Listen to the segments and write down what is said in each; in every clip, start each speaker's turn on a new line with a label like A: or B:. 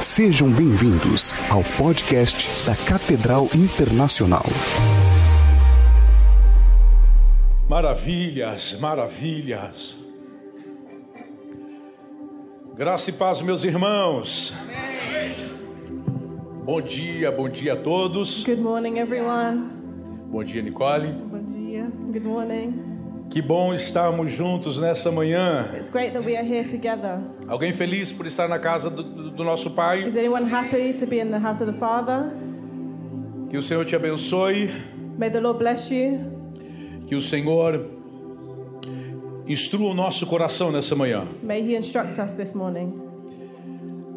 A: Sejam bem-vindos ao podcast da Catedral Internacional.
B: Maravilhas, maravilhas. Graça e paz, meus irmãos. Bom dia, bom dia a todos.
C: Good morning, everyone.
B: Bom dia, Nicole.
C: Bom dia. Good morning.
B: Que bom estarmos juntos nessa manhã.
C: It's great that we are here together.
B: Alguém feliz por estar na casa do, do- do nosso Pai?
C: Is anyone happy to be in the house of the Father?
B: Que o Senhor te abençoe,
C: May the Lord bless you.
B: que o Senhor instrua o nosso coração nessa manhã.
C: May He instruct us this morning.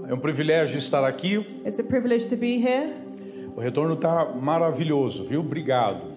B: É um privilégio estar aqui.
C: It's a privilege to be here.
B: O retorno está maravilhoso, viu? Obrigado.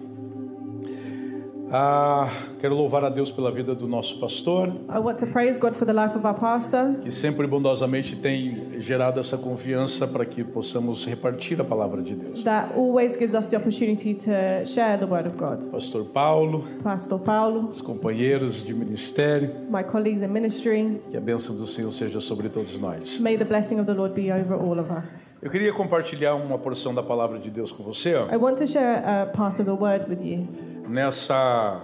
B: Ah, quero louvar a Deus pela vida do nosso pastor,
C: I want to praise God for the life of our pastor,
B: que sempre bondosamente tem gerado essa confiança para que possamos repartir a palavra de Deus.
C: that always gives us the opportunity to share the Word of God.
B: Pastor Paulo,
C: Pastor Paulo,
B: os companheiros de ministério,
C: my colleagues in ministry,
B: que a bênção do Senhor seja sobre todos nós.
C: may the blessing of the Lord be over all of us.
B: Eu queria compartilhar uma porção da palavra de Deus com você ó,
C: I want to share a part of the Word with you.
B: nessa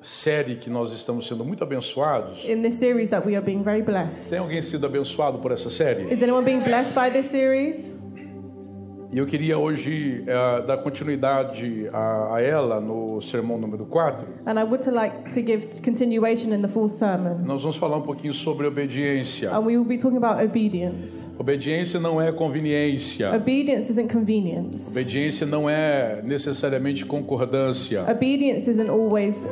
B: série que nós estamos sendo muito abençoados.
C: In this series, that we are being very blessed.
B: Tem alguém sido abençoado por essa série?
C: Is anyone being blessed by this series?
B: E eu queria hoje eh, dar continuidade a, a ela no sermão número 4.
C: And I would to like to give continuation in the fourth sermon.
B: Nós vamos falar um pouquinho sobre obediência.
C: And we will be talking about obedience.
B: Obediência não é conveniência.
C: Obedience isn't convenience.
B: Obediência não é necessariamente concordância.
C: Obedience isn't always uh,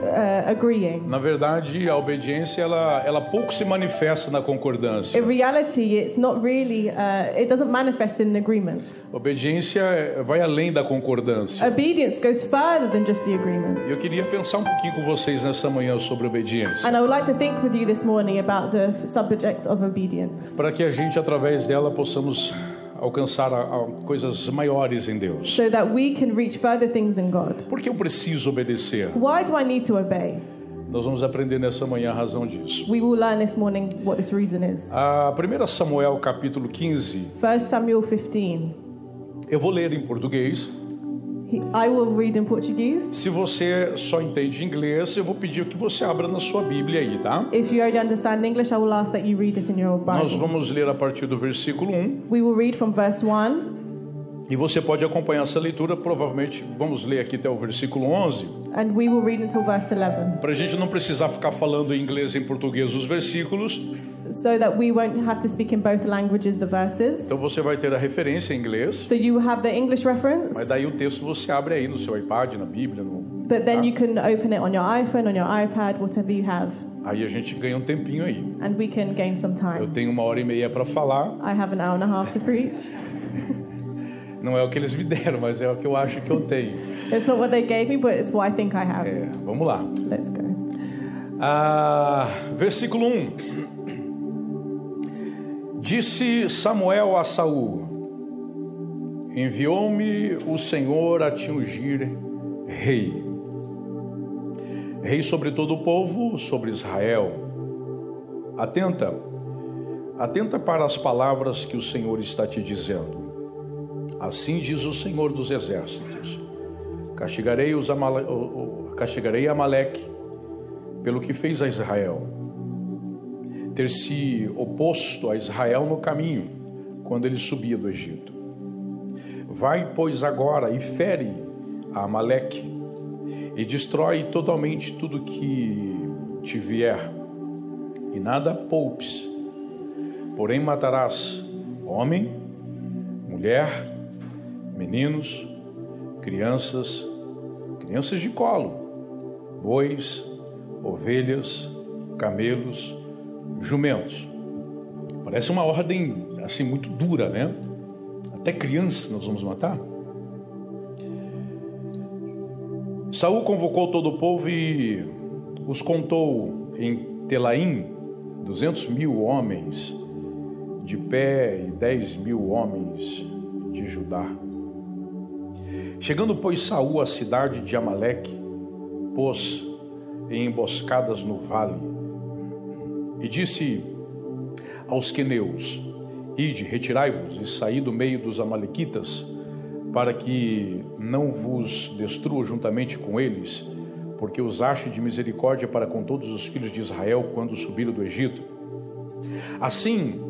C: agreeing.
B: Na verdade, a obediência ela, ela pouco se manifesta na concordância.
C: In reality, it's not really, uh, it doesn't manifest in agreement.
B: Obediência eh, vai além da concordância.
C: Obedience goes further than just the
B: E Eu
C: agreement.
B: queria pensar um pouquinho com vocês nessa manhã sobre obediência,
C: And I would like to think with you this morning about the f- subject of obedience.
B: para que a gente através dela possamos alcançar a- a coisas maiores em Deus.
C: So that we can reach further things in God.
B: Por que eu preciso obedecer?
C: Why do I need to obey?
B: Nós vamos aprender nessa manhã a razão disso.
C: We will learn this morning what this reason is.
B: A 1 Samuel capítulo 15,
C: 1 Samuel 15.
B: eu vou ler em português.
C: He- I will read in Portuguese.
B: Se você só entende inglês, eu vou pedir que você abra na sua Bíblia aí, tá?
C: If you already understand English, I will ask that you read it in your
B: Nós
C: Bible.
B: vamos ler a partir do versículo 1
C: We will read from verse 1,
B: e você pode acompanhar essa leitura, provavelmente vamos ler aqui até o versículo 11,
C: and we will read until verse 11,
B: para a gente não precisar ficar falando em inglês e em português os versículos.
C: so that we won't have to speak in both languages the verses.
B: Então você vai ter a referência em inglês,
C: So you have the English
B: mas
C: reference,
B: daí o texto você abre aí no seu iPad, na Bíblia, no...
C: but then you can open it on your iPhone, on your iPad, whatever you have,
B: aí a gente ganha um tempinho aí.
C: and we can gain some
B: Eu
C: time.
B: tenho uma hora e meia para falar.
C: I have an hour and a half to preach.
B: Não é o que eles me deram, mas é o que eu acho que eu tenho.
C: It's not what they gave me, but it's what I think I have.
B: É, vamos lá.
C: Let's go.
B: Ah, versículo 1. Disse Samuel a Saul: Enviou-me o Senhor a te ungir rei. Rei sobre todo o povo, sobre Israel. Atenta. Atenta para as palavras que o Senhor está te dizendo. Assim diz o Senhor dos exércitos: Castigarei os Amale... o- o- castigarei Amaleque pelo que fez a Israel, ter se oposto a Israel no caminho, quando ele subia do Egito. Vai, pois, agora e fere a Amaleque, e destrói totalmente tudo que te vier, e nada poupes. Porém, matarás homem, mulher, meninos, crianças, crianças de colo, bois, ovelhas, camelos, jumentos. Parece uma ordem assim muito dura, né? Até criança nós vamos matar. Saul convocou todo o povo e os contou em Telaim, 200 mil homens de pé e 10 mil homens de Judá. Chegando, pois, Saul à cidade de Amaleque, pôs em emboscadas no vale e disse aos queneus: Ide, retirai-vos e saí do meio dos Amalequitas, para que não vos destrua juntamente com eles, porque os acho de misericórdia para com todos os filhos de Israel quando subiram do Egito. Assim,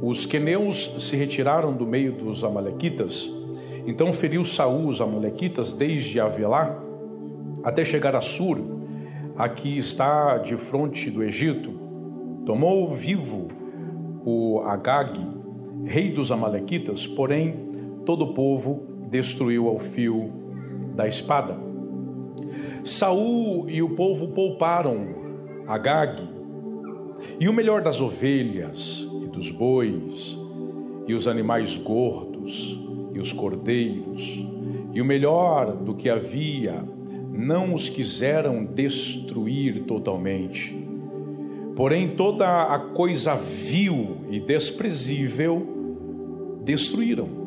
B: os queneus se retiraram do meio dos Amalequitas. Então feriu Saul os Amalequitas desde Avilá até chegar a Sur, aqui está de frente do Egito. Tomou vivo o Agag, rei dos Amalequitas, porém todo o povo destruiu ao fio da espada. Saul e o povo pouparam Agag e o melhor das ovelhas e dos bois e os animais gordos e os cordeiros e o melhor do que havia não os quiseram destruir totalmente. Porém, toda a coisa vil e desprezível destruíram.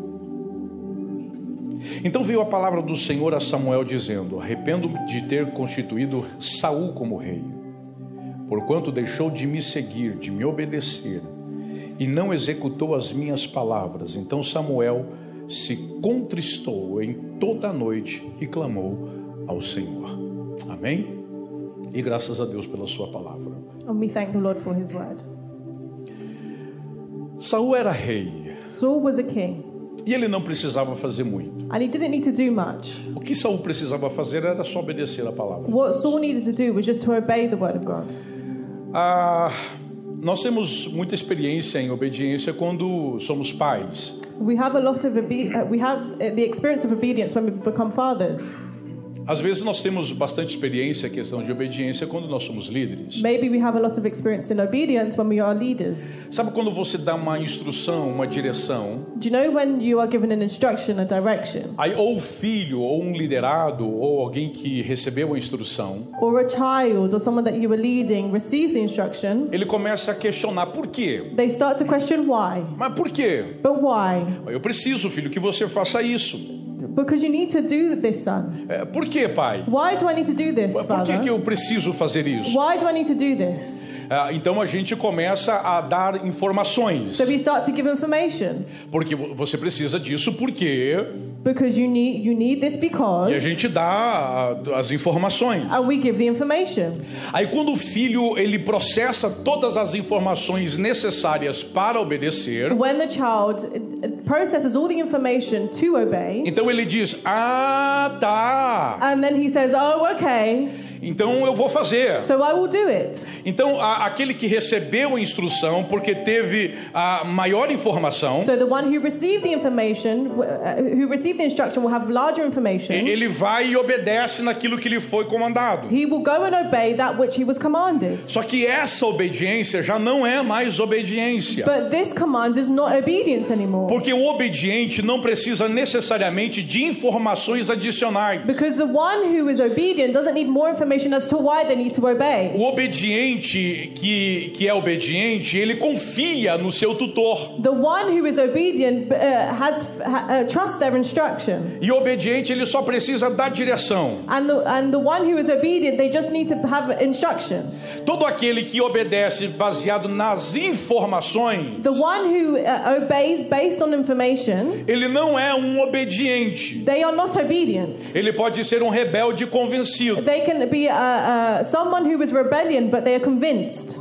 B: Então veio a palavra do Senhor a Samuel dizendo: Arrependo-me de ter constituído Saul como rei, porquanto deixou de me seguir, de me obedecer, e não executou as minhas palavras. Então Samuel se contristou em toda a noite e clamou ao Senhor. Amém? E graças a Deus pela sua palavra.
C: And we thank the Lord for his word.
B: Saul era rei
C: Saul was a king,
B: e ele não precisava fazer muito.
C: and he didn't need to do much.
B: O que Saul precisava fazer era só obedecer a palavra.
C: What Saul needed to do was just to obey the word of God.
B: Ah, nós temos muita experiência em obediência quando somos pais.
C: We have a lot of obe- uh, we have uh, the experience of obedience when we become fathers.
B: Às vezes nós temos bastante experiência em questão de obediência quando nós somos líderes.
C: Maybe we have a lot of experience in obedience when we are leaders.
B: Sabe quando você dá uma instrução, uma direção,
C: Do you know when you are given an instruction, a direction,
B: aí ou o filho, ou um liderado, ou alguém que recebeu a instrução,
C: or a child or someone that you were leading receives the instruction,
B: ele começa a questionar por quê?
C: they start to question why.
B: Mas por quê?
C: But why?
B: Eu preciso, filho, que você faça isso.
C: Because you need to do this, son.
B: É, por quê, pai?
C: Why do I need to do this,
B: Por que, que
C: father?
B: eu preciso fazer isso?
C: Why do I need to do this?
B: Ah, então a gente começa a dar informações.
C: So we start to give information
B: Porque vo- você precisa disso, porque
C: because you need you need this
B: e a
C: because
B: gente dá ah, as informações.
C: and we give the information.
B: Aí quando o filho ele processa todas as informações necessárias para obedecer,
C: When the child uh, processes all the information to obey,
B: então ele diz: "Ah, tá.
C: and then he says, "Oh, okay,
B: Então eu vou fazer."
C: so I will do it."
B: Então, a- aquele que recebeu a instrução porque teve a maior informação,
C: So the one who received the information, w- uh, who received the instruction, will have larger
B: e-
C: information.
B: ele vai e obedece naquilo que lhe foi comandado.
C: He will go and obey that which he was commanded.
B: Só que essa obediência já não é mais obediência.
C: But this command is not obedience anymore.
B: Porque o obediente não precisa necessariamente de informações adicionais.
C: Because the one who is obedient doesn't need more information as to why they need to obey.
B: O obediente que, que é obediente, ele confia no seu tutor.
C: The one who is obedient uh, has ha, uh, trusts their instruction.
B: E obediente, ele só precisa da direção.
C: And the, and the one who is obedient, they just need to have instruction.
B: Todo aquele que obedece baseado nas informações.
C: The one who uh, obeys based on information,
B: Ele não é um obediente.
C: they are not obedient.
B: Ele pode ser um rebelde convencido.
C: They can be uh, uh, someone who is rebellion, but they are convinced.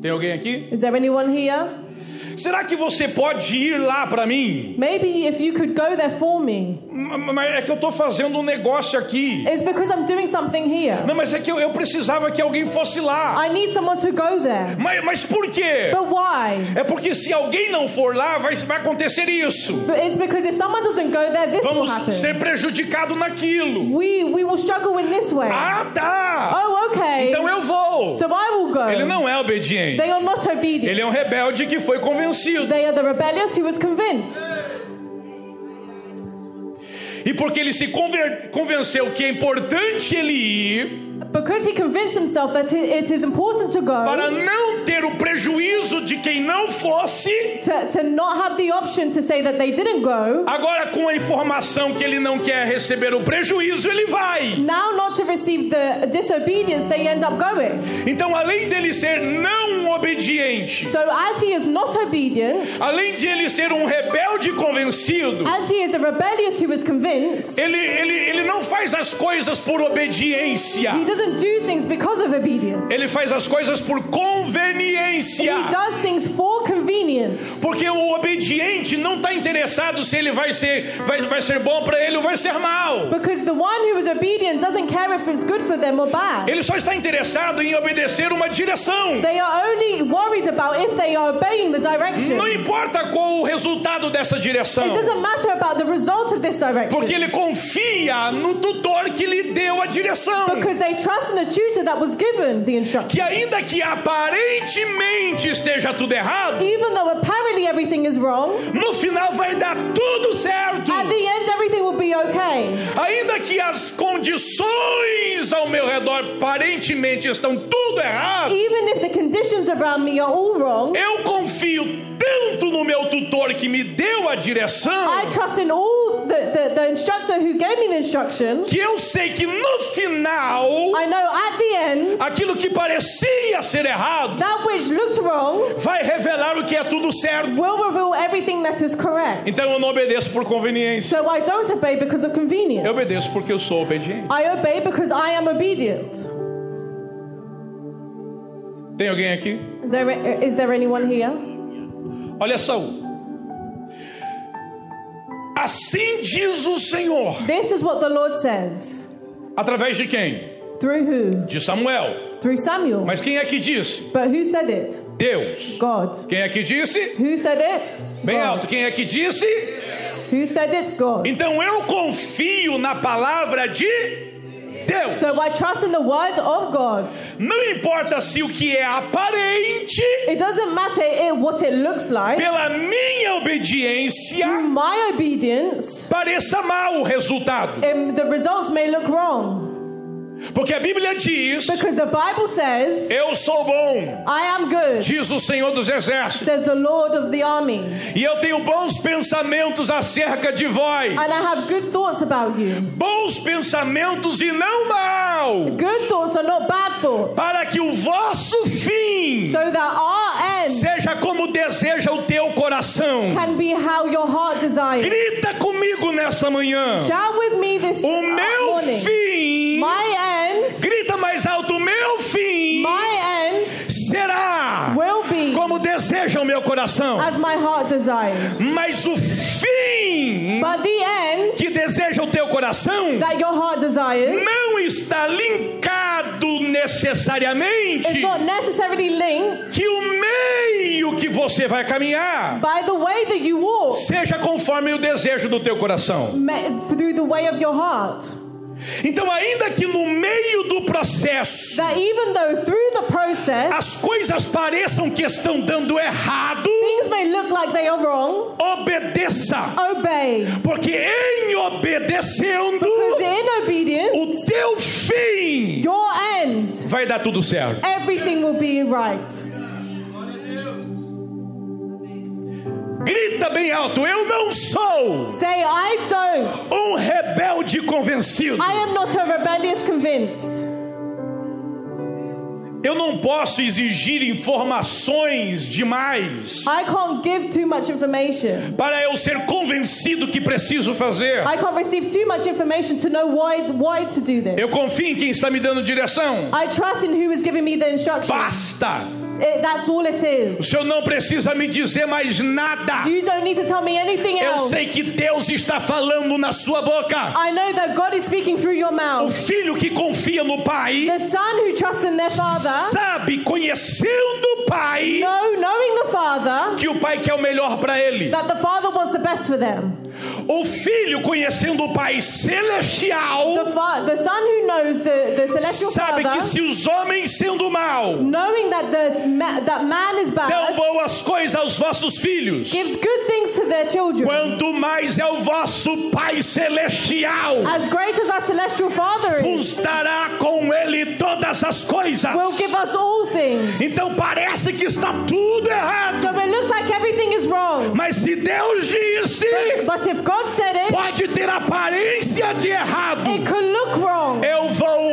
B: Tem alguém aqui?
C: Is there anyone here?
B: Será que você pode ir lá para mim?
C: Maybe if you could go there for me.
B: M- Mas é que eu tô fazendo um negócio aqui.
C: It's because I'm doing something here.
B: Não, mas é que eu, eu precisava que alguém fosse lá.
C: I need someone to go there.
B: Mas, mas por quê?
C: But why?
B: É porque se alguém não for lá, vai, vai acontecer isso.
C: But it's because if someone doesn't go there, this will
B: Vamos
C: happen.
B: ser prejudicado naquilo.
C: We we will struggle in this way.
B: Ah, tá.
C: Oh, okay.
B: Então eu vou.
C: So I will
B: Ele
C: go.
B: não é obediente.
C: They are not
B: Ele
C: obedient.
B: é um rebelde que foi convencido.
C: They are the rebellious who was convinced.
B: E porque ele se conver- convenceu que é importante ele ir,
C: because he convinced himself that it is important to
B: para
C: go,
B: não ter o prejuízo de quem não fosse,
C: to, to not have the option to say that they didn't go,
B: agora com a informação que ele não quer receber o prejuízo, ele vai.
C: now not to receive the disobedience, they end up going.
B: Então, além dele ser não obediente,
C: So as he is not obedient,
B: além de ele ser um rebelde convencido,
C: as he is a rebellious who is convinced,
B: ele, ele, ele não faz as coisas por obediência,
C: he doesn't do things because of obedience.
B: ele faz as coisas por conveniência.
C: He does things for convenience.
B: Porque o obediente não está interessado se ele vai ser, vai, vai ser bom para ele ou vai ser mal.
C: Because the one who is obedient doesn't care if it's good for them or bad.
B: Ele só está interessado em obedecer uma direção.
C: They are only worried about if they are obeying the direction.
B: Não importa qual o resultado dessa
C: It
B: direção.
C: doesn't matter about the result of this direction.
B: Porque ele confia no tutor que lhe deu a direção.
C: Because they trust in the tutor that was given the instruction.
B: Que ainda que aparentemente esteja tudo errado,
C: Even though apparently everything is wrong,
B: no final vai dar tudo certo.
C: at the end everything will be okay.
B: Ainda que as condições ao meu redor aparentemente estão tudo errado.
C: Even if the conditions around me are all wrong,
B: Eu confio tanto no meu tutor que me deu a direção,
C: I trust in all the, the, the instructor who gave me the instruction.
B: que eu sei que no final,
C: I know at the end,
B: aquilo que parecia ser errado
C: that which looked wrong
B: vai revelar o que é tudo certo.
C: will reveal everything that is correct.
B: Então eu não obedeço por conveniência.
C: So I don't obey because of
B: Eu
C: convenience.
B: obedeço porque eu sou obediente.
C: I obey because I am obedient. Is
B: Tem alguém aqui?
C: there, is there anyone here?
B: Olha Saul. Assim diz o Senhor.
C: This is what the Lord says.
B: Através de quem?
C: Through who?
B: De Samuel.
C: Through Samuel.
B: Mas quem é que disse?
C: But who said it?
B: Deus.
C: God.
B: Quem é que disse?
C: Who said it?
B: Bem
C: God.
B: alto. Quem é que disse?
C: Who said it? God.
B: Então eu confio na palavra de Deus.
C: So I trust in the word of God.
B: Não importa se o que é aparente,
C: It doesn't matter it, what it looks like.
B: pela minha obediência,
C: My obedience,
B: pareça mal o resultado.
C: um, the results may look wrong.
B: Porque a Bíblia diz:
C: Because the Bible says,
B: Eu sou bom,
C: I am good,
B: diz o Senhor dos Exércitos,
C: says the Lord of the armies.
B: e eu tenho bons pensamentos acerca de vós.
C: And I have good thoughts about you.
B: Bons pensamentos e não mal,
C: Good thoughts are not bad thoughts.
B: para que o vosso fim
C: So that our end
B: seja como deseja o teu coração.
C: can be how your heart desires.
B: Grita comigo nessa manhã.
C: Shout with me this
B: O meu
C: morning.
B: fim.
C: My end,
B: Grita mais alto. O meu fim
C: my end
B: será
C: will be
B: como deseja o meu coração.
C: as my heart desires.
B: Mas o fim
C: But the end
B: que deseja o teu coração
C: that your heart desires
B: não está linkado
C: is
B: necessariamente
C: not necessarily linked
B: que o meio que você vai caminhar
C: by the way that you walk
B: seja conforme o desejo do teu coração.
C: me- through the way of your heart.
B: Então, ainda que no meio do processo
C: That even though through the process
B: as coisas pareçam que estão dando errado,
C: things may look like they are wrong,
B: obedeça.
C: obey.
B: Porque em obedecendo,
C: Because in obedience,
B: o teu fim
C: your end,
B: vai dar tudo certo.
C: everything will be right.
B: Grita bem alto: Eu não sou
C: Say, I don't.
B: um rebelde convencido.
C: I am not a rebellious convinced.
B: Eu não posso exigir informações demais
C: I can't give too much information.
B: para eu ser convencido que preciso fazer.
C: I can't receive too much information to know why why to do this.
B: Eu confio em quem está me dando direção.
C: I trust in who is giving me the instruction.
B: Basta!
C: It- that's all it
B: O
C: is.
B: senhor não precisa me dizer mais nada.
C: You don't need to tell me anything
B: Eu
C: else.
B: sei que Deus está falando na sua boca.
C: I know that God is speaking through your
B: O
C: mouth.
B: filho que confia no pai
C: The son who trusts in their father,
B: sabe, conhecendo o pai,
C: no, knowing the father,
B: que o pai quer o melhor para ele.
C: that the father wants the best for them.
B: O filho, conhecendo o Pai Celestial,
C: The, fa- the son who knows the, the celestial
B: sabe que
C: father,
B: se os homens sendo mal
C: knowing that the, ma- that man is
B: dão
C: bad,
B: boas coisas aos vossos filhos,
C: gives good things to their children.
B: quanto mais é o vosso Pai Celestial,
C: As great as our celestial father is,
B: vos dará com ele todas as coisas.
C: will give us all things.
B: Então parece que está tudo errado,
C: So it looks like everything is wrong.
B: mas se Deus disse,
C: But if God said it,
B: pode ter aparência de errado.
C: it could look wrong.
B: Eu vou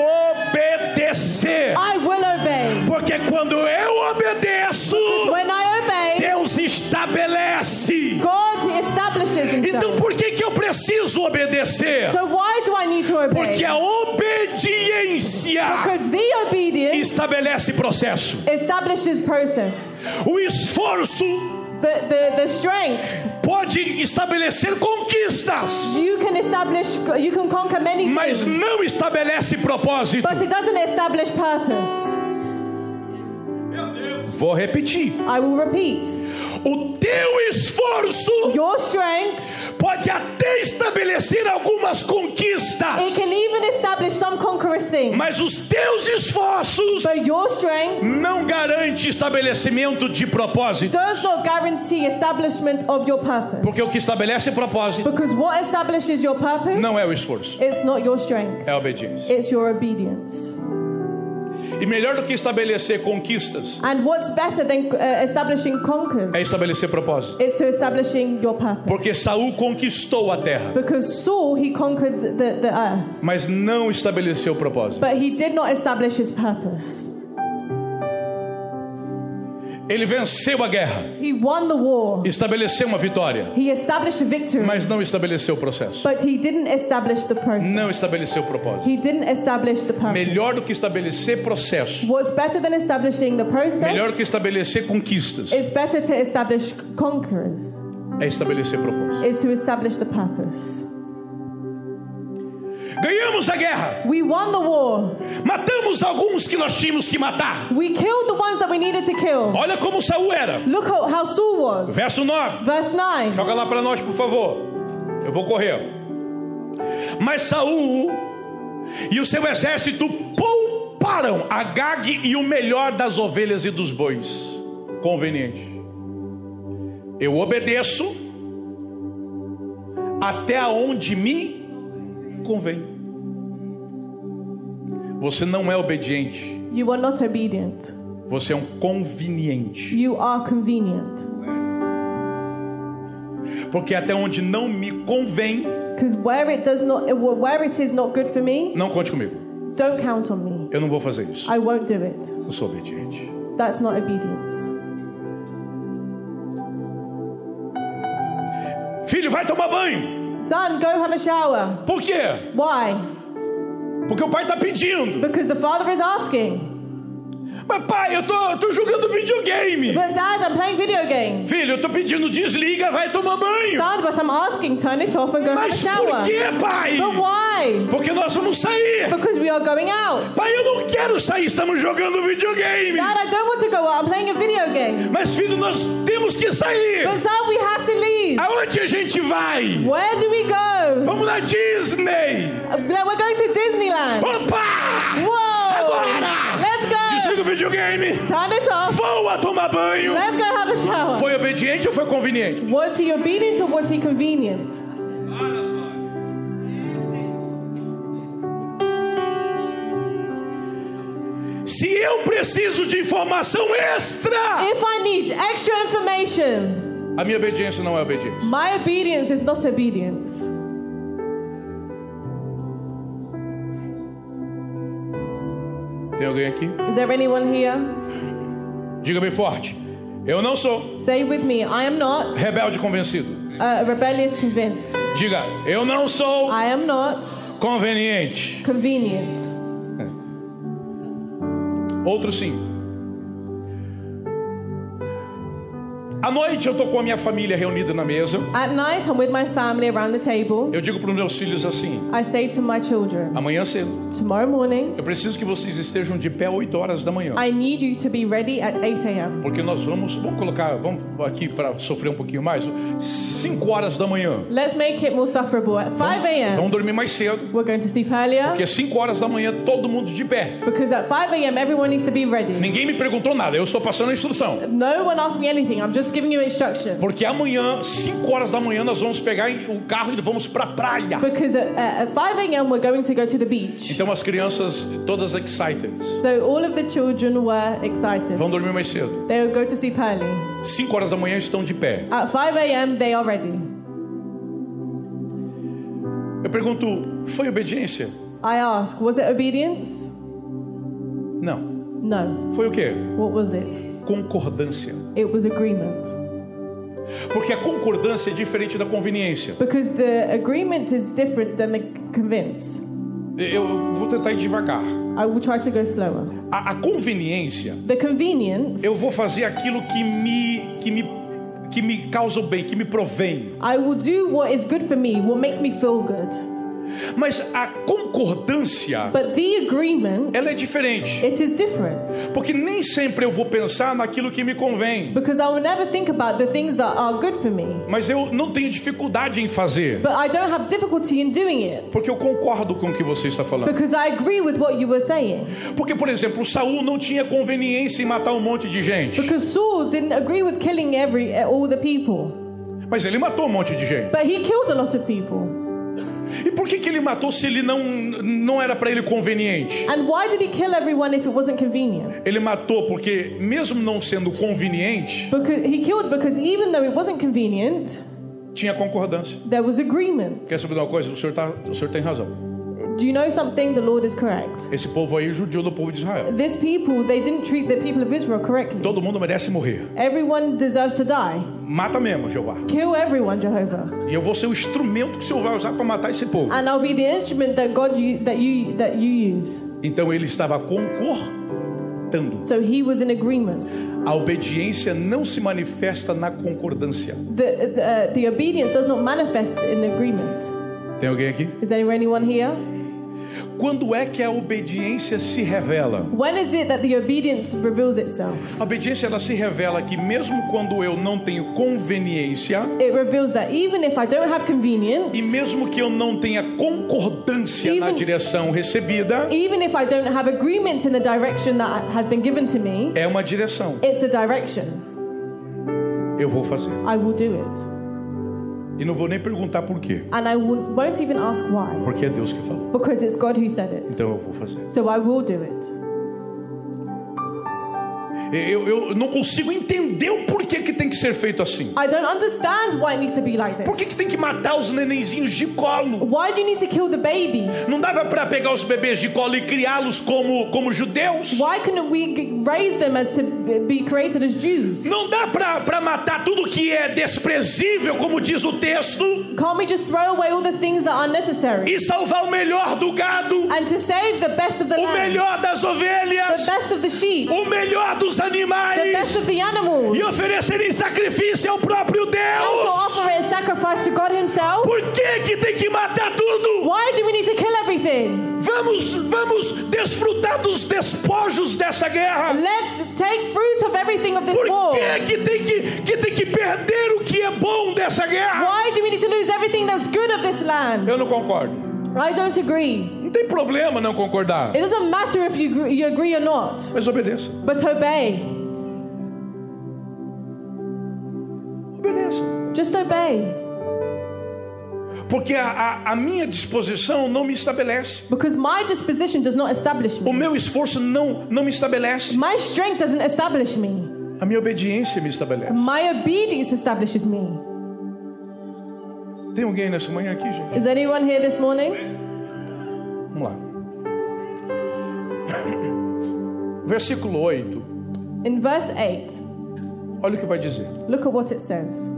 B: obedecer.
C: I will obey.
B: Porque quando eu obedeço,
C: When I obey,
B: Deus estabelece.
C: God establishes
B: Então
C: himself.
B: por que, que eu preciso obedecer?
C: So why do I need to
B: Porque
C: obey?
B: a obediência
C: Because the obedience
B: estabelece processo.
C: establishes process.
B: O esforço
C: The, the, the strength,
B: pode estabelecer conquistas,
C: you can establish, you can conquer many
B: mas
C: things.
B: não estabelece propósito.
C: But it doesn't establish purpose.
B: Vou repetir.
C: I will repeat.
B: O teu esforço
C: Your strength,
B: pode até estabelecer algumas conquistas.
C: it can even establish some conquerous things.
B: Mas os teus esforços
C: But your strength
B: não garante estabelecimento de propósito.
C: does not guarantee establishment of your purpose.
B: Porque o que estabelece propósito
C: Because what establishes your purpose,
B: não é o esforço,
C: it's not your strength,
B: é a obediência.
C: it's your obedience.
B: E melhor do que estabelecer conquistas
C: And what's better than uh, establishing conquer?
B: é estabelecer propósito.
C: It's to establishing your purpose.
B: Porque Saul conquistou a terra,
C: Because Saul, he conquered the, the earth,
B: mas não estabeleceu o propósito.
C: but he did not establish his purpose.
B: Ele venceu a guerra,
C: He won the war,
B: estabeleceu uma vitória,
C: he established a victory,
B: mas não estabeleceu o processo.
C: but he didn't establish the process.
B: Não estabeleceu o propósito.
C: He didn't establish the purpose.
B: Melhor do que estabelecer processo,
C: What's better than establishing the process?
B: melhor do que estabelecer conquistas
C: It's better to establish conquerors.
B: é estabelecer propósito.
C: Is to establish the purpose.
B: Ganhamos a guerra,
C: We won the war.
B: matamos alguns que nós tínhamos que matar.
C: We killed the ones that we needed to kill.
B: Olha como Saul era.
C: Look how, how Saul was.
B: Verso 9.
C: Verse 9.
B: Joga lá para nós, por favor. Eu vou correr. Mas Saul e o seu exército pouparam a Gag e o melhor das ovelhas e dos bois. Conveniente. Eu obedeço até onde me convém. Você não é obediente,
C: You are not obedient.
B: você é um conveniente.
C: You are convenient.
B: Porque até onde não me convém,
C: Because where it does not where it is not good for me,
B: não conte comigo.
C: don't count on me.
B: Eu não vou fazer isso.
C: I won't do it.
B: Eu sou obediente.
C: That's not obedience.
B: Filho, vai tomar banho.
C: Son, go have a shower.
B: Por quê?
C: Why?
B: Porque o pai está pedindo.
C: Because the father is asking.
B: Mas pai, eu tô, eu tô jogando videogame.
C: But dad, I'm playing video games.
B: Filho, eu tô pedindo desliga, vai tomar banho.
C: Son, but I'm asking, turn it off and go have a
B: Mas por
C: shower.
B: quê, pai?
C: But why?
B: Porque nós vamos sair.
C: Because we are going out.
B: Pai, eu não quero sair, estamos jogando videogame.
C: Dad, I don't want to go out. I'm playing a video game.
B: Mas filho, nós temos que sair.
C: But son, we have to leave.
B: Aonde a gente vai?
C: Where do we go?
B: Vamos na Disney.
C: Uh, We're going to Disneyland.
B: Opa!
C: Whoa!
B: Agora!
C: Let's go!
B: Desliga o videogame.
C: Turn it off.
B: Voa tomar banho.
C: Let's go have a shower.
B: Foi obediente ou foi conveniente?
C: Was he obedient or was he convenient?
B: Se eu preciso de informação extra,
C: If I need extra information,
B: a minha obediência não é obediência.
C: my obedience is not obedience.
B: Tem alguém aqui?
C: Is there anyone here?
B: Diga bem forte. Eu não sou
C: Say with me, I am not
B: rebelde convencido.
C: uh, rebellious convinced.
B: Diga, eu não sou
C: I am not
B: conveniente.
C: convenient.
B: Outro sim. À noite eu estou com a minha família reunida na mesa.
C: At night, I'm with my family around the table.
B: Eu digo para os meus filhos assim:
C: I say to my children,
B: amanhã cedo,
C: tomorrow morning,
B: eu preciso que vocês estejam de pé 8 horas da manhã.
C: I need you to be ready at 8 a.m.
B: Porque nós vamos, vamos colocar, vamos aqui para sofrer um pouquinho mais, 5 horas da manhã.
C: Let's make it more sufferable. At 5
B: Vamos
C: a.m.,
B: dormir mais cedo,
C: we're going to sleep earlier
B: porque às 5 horas da manhã todo mundo de pé.
C: because at 5 a.m., everyone needs to be ready.
B: Ninguém me perguntou nada, eu estou passando a instrução.
C: No one asked me anything, I'm just giving you instruction.
B: Porque amanhã, 5 horas da manhã, nós vamos pegar o carro e vamos para a praia.
C: Because at, at at 5 a.m., we're going to go to the beach.
B: Então as crianças, todas excited,
C: So all of the children were excited.
B: vão dormir mais cedo.
C: They will go to sleep early.
B: 5 horas da manhã estão de pé.
C: At 5 a.m., they are ready.
B: Eu pergunto, foi obediência?
C: I ask, was it obedience?
B: Não.
C: No.
B: Foi o quê?
C: What was it?
B: Concordância.
C: It was agreement.
B: Porque a concordância é diferente da conveniência.
C: Because the agreement is different than the convince.
B: Eu vou tentar ir devagar.
C: I will try to go slower.
B: A, a conveniência,
C: The convenience,
B: eu vou fazer aquilo que me, que me, que me causa o bem, que me provém.
C: I will do what is good for me, what makes me feel good.
B: Mas a concordância,
C: But the agreement,
B: ela é diferente.
C: it is different.
B: Porque nem sempre eu vou pensar naquilo que me convém.
C: Because I will never think about the things that are good for me.
B: Mas eu não tenho dificuldade em fazer.
C: But I don't have difficulty in doing it.
B: Porque eu concordo com o que você está falando.
C: Because I agree with what you were saying.
B: Porque, por exemplo, Saul não tinha conveniência em matar um monte de gente.
C: Because Saul didn't agree with killing every all the people,
B: Mas ele matou um monte de gente.
C: but he killed a lot of people.
B: E por que, que ele matou se ele não, não era para ele conveniente?
C: And why did he kill everyone if it wasn't convenient?
B: Ele matou porque, mesmo não sendo conveniente,
C: Because he killed because even though it wasn't convenient,
B: tinha concordância.
C: there was agreement.
B: Quer saber de uma coisa? O senhor, tá, o senhor tem razão.
C: Do you know something? The Lord is correct.
B: Esse povo aí judiou do povo de Israel.
C: This people, they didn't treat the people of Israel correctly.
B: Todo mundo merece morrer.
C: Everyone deserves to die.
B: Mata mesmo, Jeová.
C: Kill everyone, Jehovah.
B: E eu vou ser o instrumento que o senhor vai usar para matar esse povo.
C: And I'll be the instrument that God you, that you that you use.
B: Então ele estava concordando.
C: So he was in agreement.
B: A obediência não se manifesta na concordância.
C: The the, uh, the obedience does not manifest in agreement.
B: Tem alguém aqui?
C: Is there anyone here?
B: Quando é que a obediência se revela?
C: When is it that the obedience reveals itself?
B: A obediência ela se revela que mesmo quando eu não tenho conveniência
C: It reveals that even if I don't have
B: e
C: convenience,
B: mesmo que eu não tenha concordância na
C: Even-
B: direção recebida,
C: even if I don't have agreement in the direction that has been given to me,
B: é uma direção.
C: it's a direction.
B: Eu vou fazer.
C: I will do it.
B: E não vou nem perguntar por quê,
C: And I will, won't even ask why,
B: porque é Deus que falou.
C: because it's God who said it.
B: Então eu vou fazer.
C: So I will do it.
B: Eu, eu não consigo entender o porquê que tem que ser feito assim.
C: I don't understand why it needs to be like
B: Por que, que
C: this.
B: tem que matar os nenenzinhos de colo?
C: Why do you need to kill the babies?
B: Não dava para pegar os bebês de colo e criá-los como, como judeus?
C: Why couldn't we g- raise them as to b- be created as Jews?
B: Não dá para matar tudo que é desprezível, como diz o texto,
C: Can't we just throw away all the things that are necessary
B: e salvar o melhor do gado,
C: and to save the best of the
B: o
C: land,
B: melhor das
C: the
B: ovelhas,
C: best of the sheep?
B: o melhor dos
C: the
B: animais
C: best of the animals
B: e
C: and
B: oferecer em sacrifício ao próprio
C: to
B: Deus.
C: offer it as sacrifice to God Himself?
B: Por que que tem que matar tudo?
C: Why do we need to kill everything?
B: Vamos, vamos desfrutar dos despojos dessa guerra.
C: Let's take fruit of everything of this
B: Por
C: war.
B: que que tem que, que tem que perder o que é bom dessa guerra?
C: Why do we need to lose everything that's good of this land?
B: Eu não concordo.
C: I don't agree.
B: Não tem problema não concordar,
C: It doesn't matter if you agree, you agree or not,
B: mas obedeça.
C: but obey.
B: Obedeça.
C: Just obey.
B: Porque a, a- a minha disposição não me estabelece.
C: Because my disposition does not establish
B: O
C: me.
B: meu esforço não, não me estabelece.
C: My strength doesn't establish me.
B: A minha obediência me estabelece.
C: My obedience establishes me.
B: Tem alguém nessa manhã aqui, gente?
C: Is anyone here this morning?
B: Vamos lá. Versículo 8.
C: In verse 8,
B: Olha o que vai dizer.
C: look at what it says.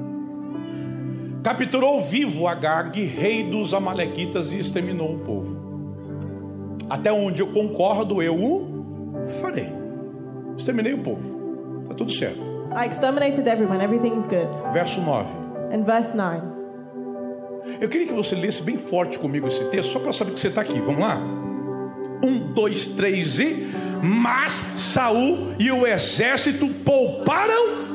B: Capturou vivo Agag, rei dos Amalequitas, e exterminou o povo. Até onde eu concordo, eu o farei. Exterminei o povo. Tá tudo certo.
C: I exterminated everyone, everything's good.
B: verso 9.
C: And verse 9.
B: Eu queria que você lesse bem forte comigo esse texto, só para saber que você está aqui. Vamos lá? Um, dois, três e. Mas Saul e o exército pouparam.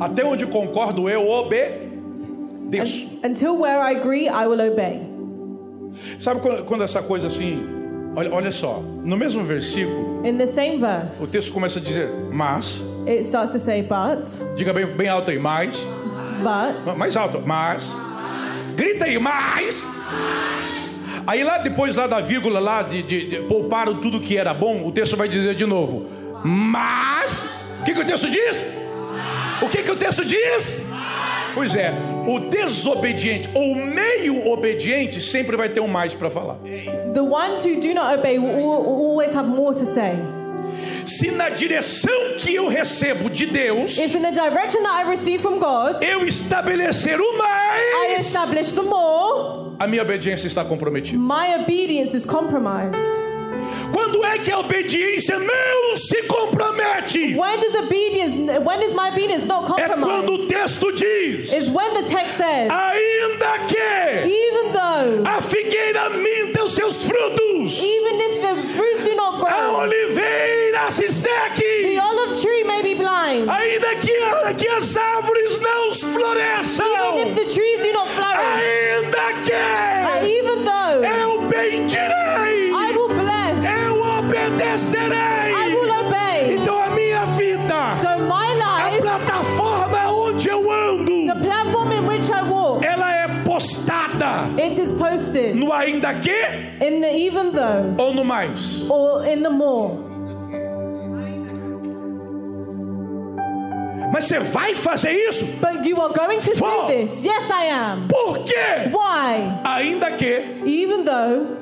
B: Até onde concordo, eu obedeço.
C: Un- until where I agree, I will obey.
B: Sabe quando, quando essa coisa assim. Olha, olha só, no mesmo versículo,
C: In the same
B: o
C: verse,
B: texto começa a dizer, mas,
C: it starts to say, but,
B: diga bem, bem alto aí, mas,
C: but,
B: mais alto, mas, grita aí, mas. Aí lá depois, lá da vírgula, lá de, de- de pouparam tudo que era bom, o texto vai dizer de novo, mas, o que, que o texto diz? O que, que o texto diz? Pois é, o desobediente ou meio obediente sempre vai ter um mais para falar.
C: the ones who do not obey will, al- will always have more to say.
B: Se na direção que eu recebo de Deus,
C: If in the direction that I receive from God,
B: eu estabelecer o
C: I
B: mais,
C: establish the more,
B: a minha obediência está comprometida.
C: my obedience is compromised.
B: Quando é que a obediência não se compromete?
C: When does obedience, when is my obedience not
B: É quando
C: compromised?
B: o texto diz:
C: Is when the text says,
B: ainda que
C: even though,
B: a figueira minta os seus frutos,
C: even if the fruits do not
B: a
C: grow,
B: oliveira se
C: the
B: seque,
C: olive tree may be blind,
B: ainda que, que as árvores não
C: even
B: floresçam,
C: if the trees do not flourish,
B: ainda
C: but
B: que
C: even though,
B: eu bendirei.
C: I will bless,
B: Eu obedecerei.
C: I will obey.
B: Então a minha vida,
C: So my
B: a
C: life,
B: plataforma onde eu
C: the
B: ando,
C: platform in which I walk,
B: ela é postada
C: it is posted
B: no ainda que
C: in the even though
B: ou no mais.
C: or in the more.
B: Mas você vai fazer isso?
C: But you are going to
B: Fuck.
C: do this. Yes, I am.
B: Por quê?
C: Why?
B: Ainda que
C: Even though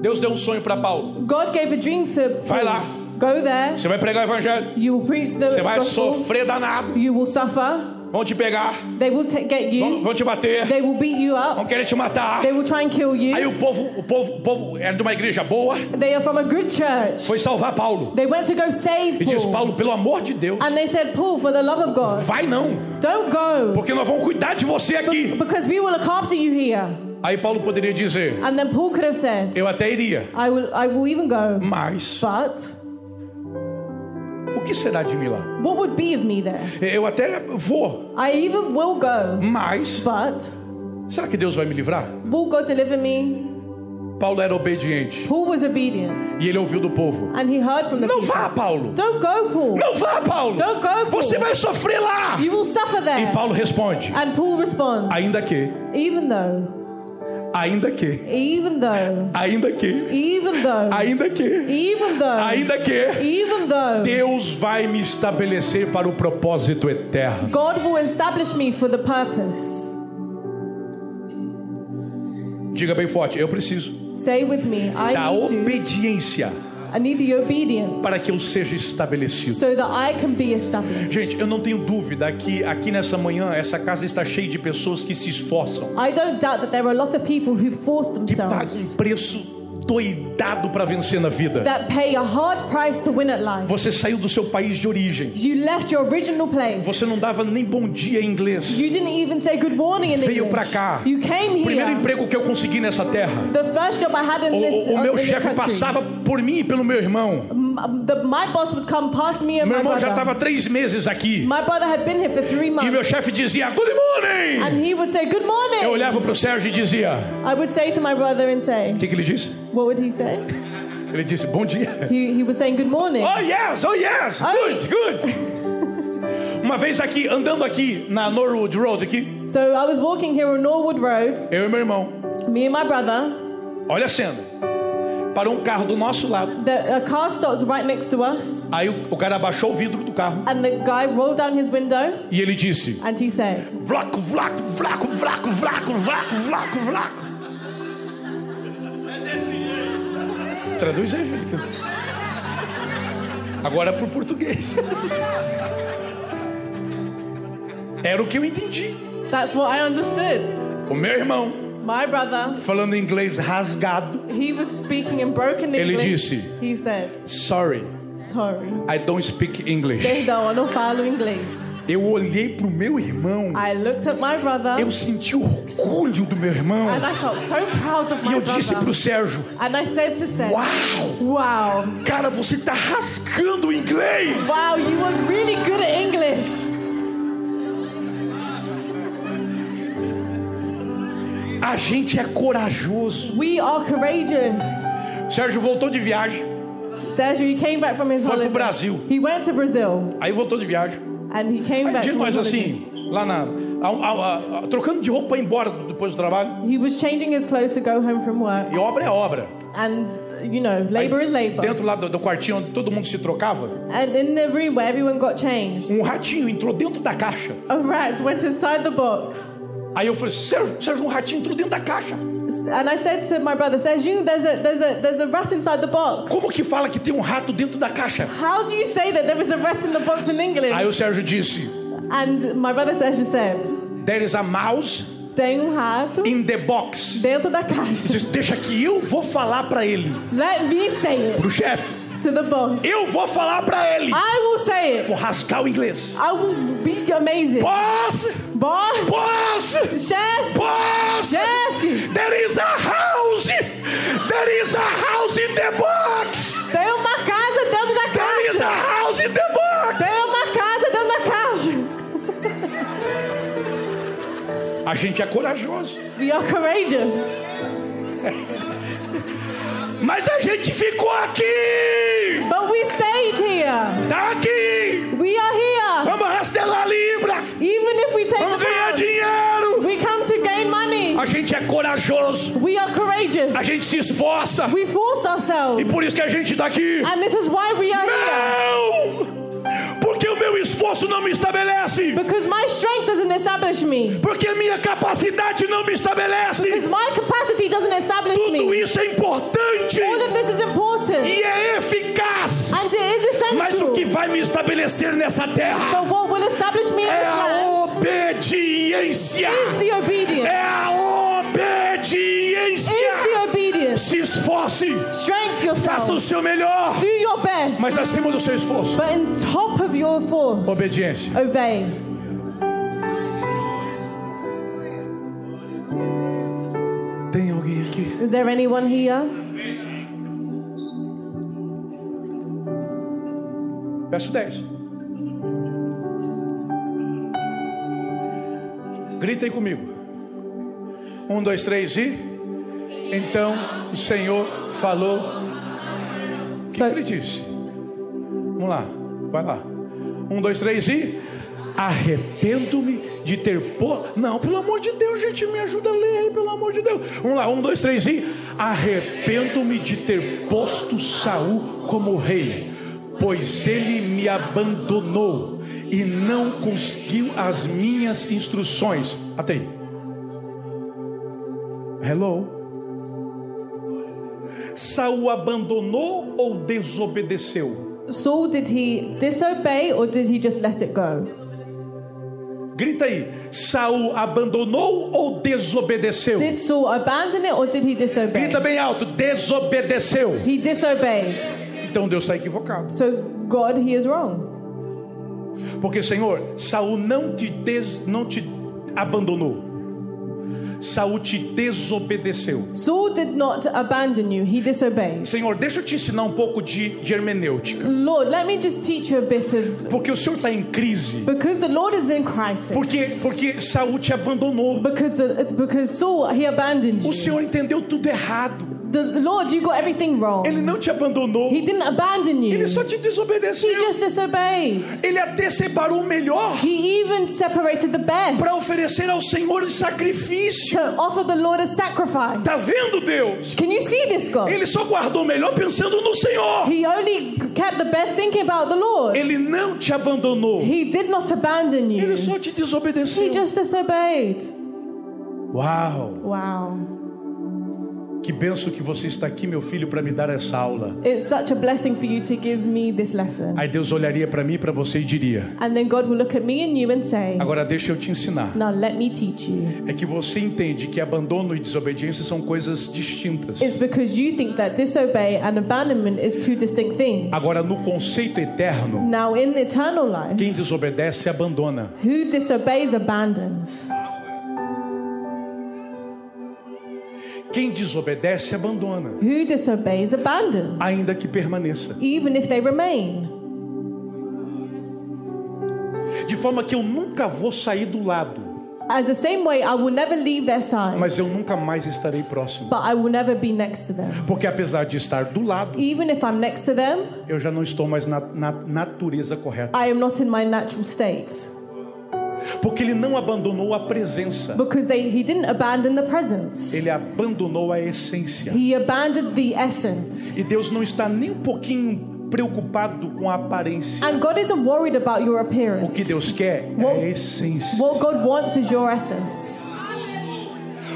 B: Deus deu um sonho para Paulo.
C: God gave a dream to
B: Vai lá.
C: go there,
B: Você vai pregar o evangelho.
C: you will preach the
B: Você vai
C: gospel,
B: sofrer danado.
C: you will suffer,
B: Vão te pegar,
C: they will ta- get
B: vão,
C: you,
B: vão te bater,
C: they will beat you
B: vão
C: up,
B: querer te matar.
C: they will try and kill
B: Aí
C: you.
B: o povo, o povo, o povo era de uma igreja boa,
C: They are from a good church.
B: foi salvar Paulo.
C: They went to go save
B: E diz
C: Paul.
B: Paulo, pelo amor de Deus,
C: And they said, Paul, for the love of God,
B: vai não.
C: don't go
B: Porque nós vamos cuidar de você aqui.
C: because we will look after you here.
B: Aí Paulo poderia dizer:
C: And then Paul could have said,
B: Eu até iria,
C: I will, I will even go.
B: mas
C: But
B: o que será de mim lá?
C: what would be of me there?
B: Eu até vou,
C: I even will
B: Mm.
C: go.
B: mas
C: But
B: será que Deus vai me livrar?
C: Will God deliver me?
B: Paulo era obediente
C: Paul was obedient,
B: e ele ouviu do povo:
C: and he heard from the
B: Não
C: people.
B: vá, Paulo!
C: Don't go, Paul.
B: Não vá, Paulo!
C: Don't go, Paul.
B: Você vai sofrer lá!
C: You will suffer there.
B: E Paulo responde:
C: and Paul responds,
B: Ainda que,
C: even though,
B: ainda que,
C: even though,
B: ainda que,
C: even though,
B: ainda que,
C: even though,
B: ainda que,
C: even though,
B: Deus vai me estabelecer para o propósito eterno.
C: God will establish me for the purpose.
B: Diga bem forte: Eu preciso
C: Say with me, I
B: da
C: need to.
B: obediência.
C: I need the obedience
B: para que eu seja estabelecido.
C: so that I can be established.
B: Gente, eu não tenho dúvida que aqui nessa manhã essa casa está cheia de pessoas que se esforçam,
C: I don't doubt that there are a lot of people who force
B: que pagam
C: themselves,
B: um preço doidado para vencer na vida.
C: that pay a hard price to win at life.
B: Você saiu do seu país de origem.
C: You left your original place.
B: Você não dava nem bom dia em inglês.
C: You didn't even say good morning in
B: Veio
C: English.
B: pra cá.
C: You came
B: O
C: here.
B: primeiro emprego que eu consegui nessa terra.
C: The first job I had in
B: O,
C: this,
B: o- o
C: uh, in
B: meu
C: this
B: chefe
C: country,
B: passava por mim e pelo meu irmão.
C: m- the- my boss would come past me and
B: Meu
C: my
B: irmão já
C: brother.
B: estava três meses aqui.
C: My brother had been here for three
B: E
C: months.
B: meu chefe dizia, Good morning!
C: and he would say good morning.
B: Eu olhava pro Sérgio e dizia,
C: I would say to my brother and say,
B: o que, que ele disse?
C: what would he say?
B: Ele disse, bom dia.
C: He, he was saying good morning.
B: Oh yes, oh yes,
C: Ai.
B: good, good. Uma vez aqui, andando aqui na Norwood Road aqui,
C: So I was walking here on Norwood Road,
B: eu e meu irmão,
C: me and my brother.
B: olha a cena. Parou um carro do nosso lado.
C: The, a car stops right next to us,
B: Aí o, o cara abaixou o vidro do carro
C: and the guy rolled down his window
B: e ele disse:
C: and he said,
B: Vlaco, vlaco, vlaco, vlaco, vlaco, vlaco, vlaco, vlaco. Traduz aí, filho. Agora para o português. Era o que eu entendi.
C: That's what I understood.
B: O meu irmão,
C: My brother,
B: falando inglês rasgado,
C: he was speaking in broken
B: Ele
C: English.
B: disse.
C: He said,
B: sorry,
C: sorry.
B: I don't speak English.
C: Perdão, eu não falo inglês.
B: Eu olhei pro meu irmão,
C: I looked at my brother
B: eu senti orgulho do meu irmão.
C: and I felt so proud of
B: E
C: my
B: eu disse pro
C: brother.
B: Sérgio,
C: And I said to Seth,
B: uau,
C: wow,
B: cara, você tá rascando o inglês.
C: wow, you are really good at English.
B: A gente é corajoso.
C: We are courageous.
B: Sérgio voltou de viagem,
C: Sergio, he came back from his
B: Foi pro
C: holiday.
B: Brasil.
C: He went to Brazil
B: aí voltou de viagem.
C: and he came back
B: De
C: from his
B: nós
C: holiday.
B: assim, lá na. a- a- a- trocando de roupa pra ir embora depois do trabalho.
C: He was changing his clothes to go home from work.
B: E obra é obra.
C: And, you know, labor is labor.
B: Dentro lá do, do quartinho onde todo mundo se trocava,
C: And in the room where everyone got changed,
B: um ratinho entrou dentro da caixa.
C: a rat went inside the box.
B: Aí eu falei, Sérgio, Sérgio, um ratinho entrou dentro da caixa.
C: And I said to my brother, Sergio, there's a, there's a, there's a rat inside the box.
B: Como que fala que tem um rato dentro da caixa?
C: How do you say that there was a rat in the box in English?
B: Aí o Sérgio disse,
C: And my brother Sergio said,
B: there is a mouse
C: tem um rato
B: in the box.
C: dentro da caixa.
B: Diz, Deixa que eu vou falar pra ele,
C: Let me say it
B: pro chefe.
C: to the boss.
B: Eu vou falar pra ele.
C: I will say it.
B: Vou rascar o inglês.
C: I will be amazing.
B: Boss!
C: Boss,
B: Boss!
C: chef,
B: Boss!
C: chef,
B: There is a house! There is a house in the box!
C: tem uma casa dentro da
B: There is a
C: caixa.
B: house in the box!
C: Tem uma casa dentro da caixa.
B: A gente é corajoso,
C: We are courageous.
B: mas a gente ficou aqui!
C: But we stayed here.
B: Tá aqui!
C: We are here.
B: Vamos rastelar a libra!
C: Even if we take
B: Vamos
C: the
B: ganhar
C: pound,
B: dinheiro!
C: we come to gain money.
B: A gente é corajoso,
C: We are courageous.
B: a gente se esforça
C: We force
B: e
C: ourselves.
B: por isso que a gente tá aqui!
C: And this is why we are here.
B: Não! Porque o meu esforço não me estabelece!
C: Because my strength doesn't establish me.
B: Porque a minha capacidade não me estabelece.
C: Because my capacity doesn't establish
B: Tudo
C: me.
B: isso é importante
C: All of this is important.
B: e é eficaz.
C: And it is
B: Mas o que
C: essential.
B: vai me estabelecer nessa terra
C: But what will establish me in this
B: é a
C: land
B: obediência.
C: is the
B: É
C: obedience.
B: a
C: Is
B: obediência.
C: the obedience.
B: Se esforce,
C: Strength
B: faça o
C: yourself.
B: seu melhor,
C: Do your best.
B: mas acima do seu esforço,
C: But in top of your force,
B: obediência.
C: obey.
B: Tem alguém aqui?
C: Is there anyone here?
B: Verso 10. Gritem comigo. Um, dois, três e. Então o Senhor falou. O que
C: So-
B: ele disse? Vamos lá, vai lá. Um, dois, três e. Arrependo-me de ter. Po... Não, pelo amor de Deus, gente, me ajuda a ler aí, pelo amor de Deus. Vamos lá, um, dois, três e. Arrependo-me de ter posto Saul como rei, pois ele me abandonou e não conseguiu as minhas instruções. Até aí. Hello. Saul abandonou ou desobedeceu?
C: Saul, did he disobey or did he just let it go?
B: Grita aí. Saul abandonou ou desobedeceu?
C: Did Saul abandon it or did he disobey?
B: Grita bem alto. Desobedeceu.
C: He disobeyed.
B: Então Deus está equivocado.
C: So God, he is wrong.
B: Porque Senhor, Saul não te des... não te abandonou. Saul te desobedeceu.
C: Saul did not abandon you, he disobeyed.
B: Senhor, deixa eu te ensinar um pouco de, de hermenêutica.
C: Lord, let me just teach you a bit of
B: Porque o Senhor está em crise.
C: because the Lord is in crisis.
B: Porque porque Saul te abandonou.
C: Because the- because Saul he abandoned
B: O
C: you.
B: Senhor entendeu tudo errado.
C: The Lord, you got everything wrong.
B: Ele não te abandonou.
C: He didn't abandon you.
B: Ele só te
C: He
B: desobedeceu.
C: just disobeyed.
B: Ele até separou o melhor
C: He even separated the best
B: para oferecer ao Senhor em sacrifício.
C: to offer the Lord a sacrifice.
B: Tá vendo, Deus?
C: Can you see this, God?
B: Ele só guardou o melhor pensando no Senhor.
C: He only kept the best thinking about the Lord.
B: Ele não te abandonou.
C: He did not abandon
B: Ele
C: you.
B: só te
C: He
B: desobedeceu.
C: just disobeyed.
B: Uau!
C: Wow.
B: O Que benção que você está aqui, meu filho, para me dar essa aula.
C: It's such a blessing for you to give me this lesson.
B: Aí Deus olharia para mim e para você e diria:
C: And then God will look at me and you and say,
B: Agora deixa eu te ensinar.
C: Now let me teach you.
B: É que você entende que abandono e desobediência são coisas distintas.
C: It's because you think that disobey and abandonment is two distinct things.
B: Agora, no conceito eterno,
C: Now, in eternal life,
B: quem desobedece abandona.
C: who disobeys abandons.
B: Quem desobedece abandona,
C: Who disobeys abandons,
B: ainda que permaneça.
C: even if they remain.
B: De forma que eu nunca vou sair do lado,
C: As the same way, I will never leave their side,
B: mas eu nunca mais estarei próximo.
C: but I will never be next to them.
B: Porque apesar de estar do lado,
C: Even if I'm next to them,
B: eu já não estou mais na, na natureza correta.
C: I am not in my natural state
B: Porque ele não abandonou a presença,
C: because they, he didn't abandon the presence.
B: ele abandonou a essência.
C: He abandoned the essence.
B: E Deus não está nem um pouquinho preocupado com a aparência.
C: And God isn't worried about your
B: O que
C: appearance.
B: Deus quer é a essência.
C: What God wants is your essence.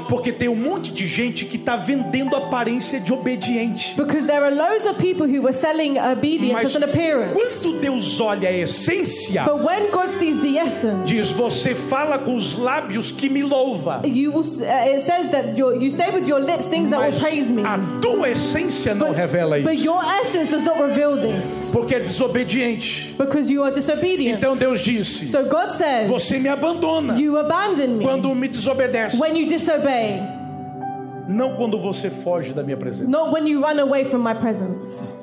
B: Porque tem um monte de gente que está vendendo a aparência de obediente.
C: Because there are loads of people who are selling obedience
B: Mas
C: as an appearance.
B: quando Deus olha a essência,
C: But when God sees the essence,
B: diz: Você fala com os lábios que me louva.
C: you will, s- uh, it says that your, you say with your lips things that will
B: Mas
C: praise me.
B: a tua essência não
C: But,
B: revela
C: but
B: isso.
C: your essence does not reveal this
B: Porque é desobediente.
C: because you are disobedient.
B: Então Deus disse:
C: so God says,
B: Você me abandona
C: You abandon me
B: quando me desobedece.
C: when you disobey,
B: Não quando você foge da minha presença.
C: not when you run away from my presence.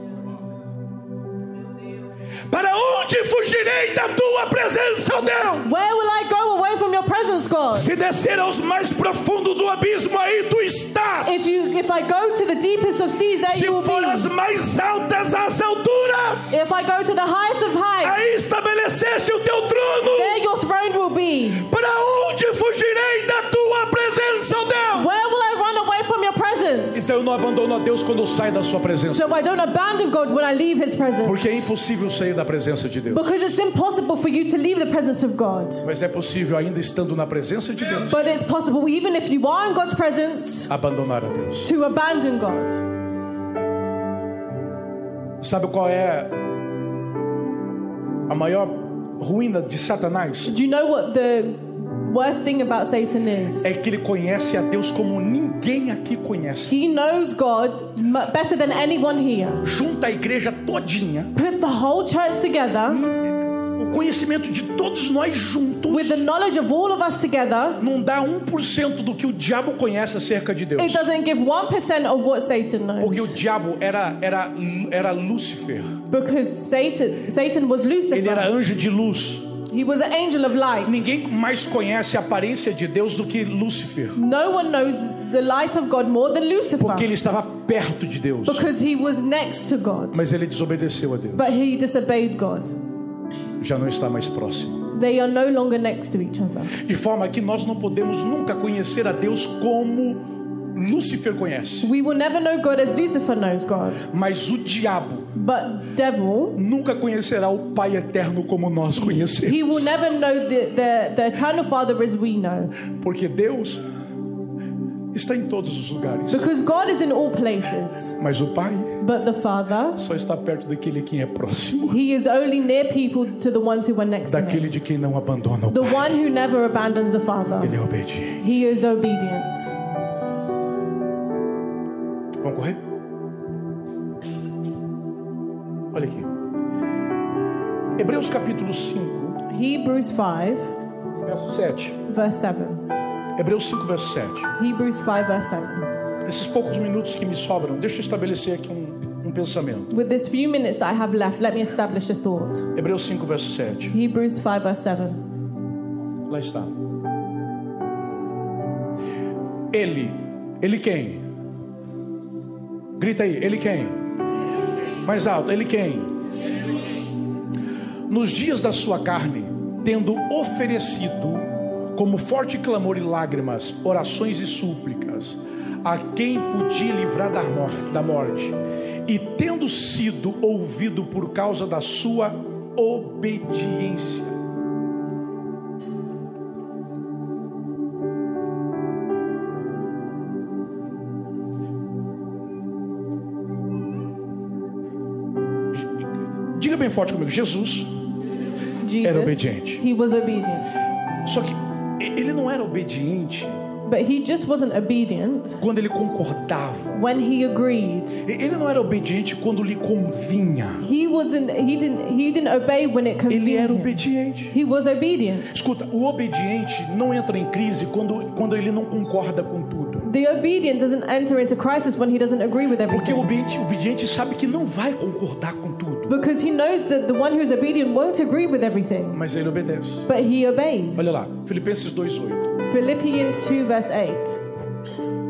B: Para onde fugirei da tua presença, ó Deus?
C: Where will I go away from your presence, God?
B: Se descer aos mais profundos do abismo, aí tu estás.
C: If you, if I go to the deepest of seas, there
B: Se
C: you will
B: for as
C: be.
B: mais altas as alturas,
C: If I go to the highest of heights,
B: aí estabeleceste o teu trono.
C: there your throne will be.
B: Para onde fugirei da tua presença, ó Deus?
C: Where will I run away from your presence?
B: Então eu não abandono a Deus quando eu saio da sua presença.
C: So I don't abandon God when I leave His presence.
B: Porque é impossível sair da presença de Deus.
C: Because it's impossible for you to leave the presence of God.
B: Mas é possível, ainda estando na presença de Deus,
C: But it's possible, even if you are in God's presence,
B: abandonar a Deus.
C: to abandon God.
B: Sabe qual é a maior ruína de Satanás?
C: Do you know what the worst thing about Satan is?
B: É que ele conhece a Deus como ninguém aqui conhece.
C: He knows God mu- better than anyone here.
B: Junta a igreja todinha,
C: Put the whole church together
B: o conhecimento de todos nós
C: with
B: juntos,
C: the knowledge of all of us together.
B: não dá 1% do que o diabo conhece acerca de Deus.
C: It doesn't give 1% of what Satan
B: Porque o
C: knows.
B: diabo era, era, era Lúcifer,
C: Because Satan, Satan was
B: ele era
C: Lucifer.
B: anjo de luz.
C: He was an angel of light.
B: Ninguém mais conhece a aparência de Deus do que Lúcifer,
C: No one knows the light of God more than
B: porque ele
C: Lucifer.
B: estava perto de Deus,
C: Because he was next to God.
B: mas ele desobedeceu a Deus.
C: But he disobeyed God.
B: já não está mais próximo.
C: They are no longer next to each other.
B: De forma que nós não podemos nunca conhecer a Deus como Lúcifer conhece.
C: We will never know God as Lucifer knows God,
B: Mas o diabo
C: but devil,
B: nunca conhecerá o Pai eterno como nós
C: he will
B: conhecemos.
C: never know the, the, the eternal Father as we know,
B: Porque Deus está em todos os lugares.
C: because God is in all places.
B: Mas o Pai
C: But the Father,
B: só está perto daquele que é próximo.
C: he is only near people to the ones who are next to him.
B: Daquele de quem não abandona o
C: The
B: Pai.
C: one who never abandons the
B: Ele
C: Father,
B: é obediente.
C: he is obedient.
B: Vamos correr? Olha aqui. Hebreus capítulo 5,
C: Hebrews 5,
B: verso 7.
C: verse 7.
B: Hebreus 5, verso 7.
C: Hebrews 5, verse 7.
B: Esses poucos minutos que me sobram, deixa eu estabelecer aqui um, um pensamento.
C: With this few minutes that I have left, let me establish a thought.
B: Hebreus 5, verso 7.
C: Hebrews 5, verse 7.
B: Lá está. Ele. Ele quem? Grita aí, ele quem? Mais alto, ele quem? Nos dias da sua carne, tendo oferecido como forte clamor e lágrimas, orações e súplicas, a quem podia livrar da mor- da morte, e tendo sido ouvido por causa da sua obediência. bem forte comigo. Jesus.
C: Jesus.
B: Era obediente.
C: He was obedient.
B: Só que ele não era obediente
C: But he just wasn't obedient
B: quando ele concordava.
C: when he agreed.
B: Ele não era obediente quando lhe convinha.
C: He wasn't he didn't he didn't obey when it
B: Ele
C: convened
B: era
C: him.
B: obediente.
C: He was obedient.
B: Escuta, o obediente não entra em crise quando, quando ele não concorda com tudo.
C: The obedient doesn't enter into crisis when he doesn't agree with
B: Porque o
C: everything.
B: obediente, o obediente sabe que não vai concordar com tudo.
C: Because he knows that the one who's obedient won't agree with everything,
B: Mas ele obedece.
C: but he obeys.
B: Olha lá, Filipenses 2,8.
C: Philippians 2 verse 8.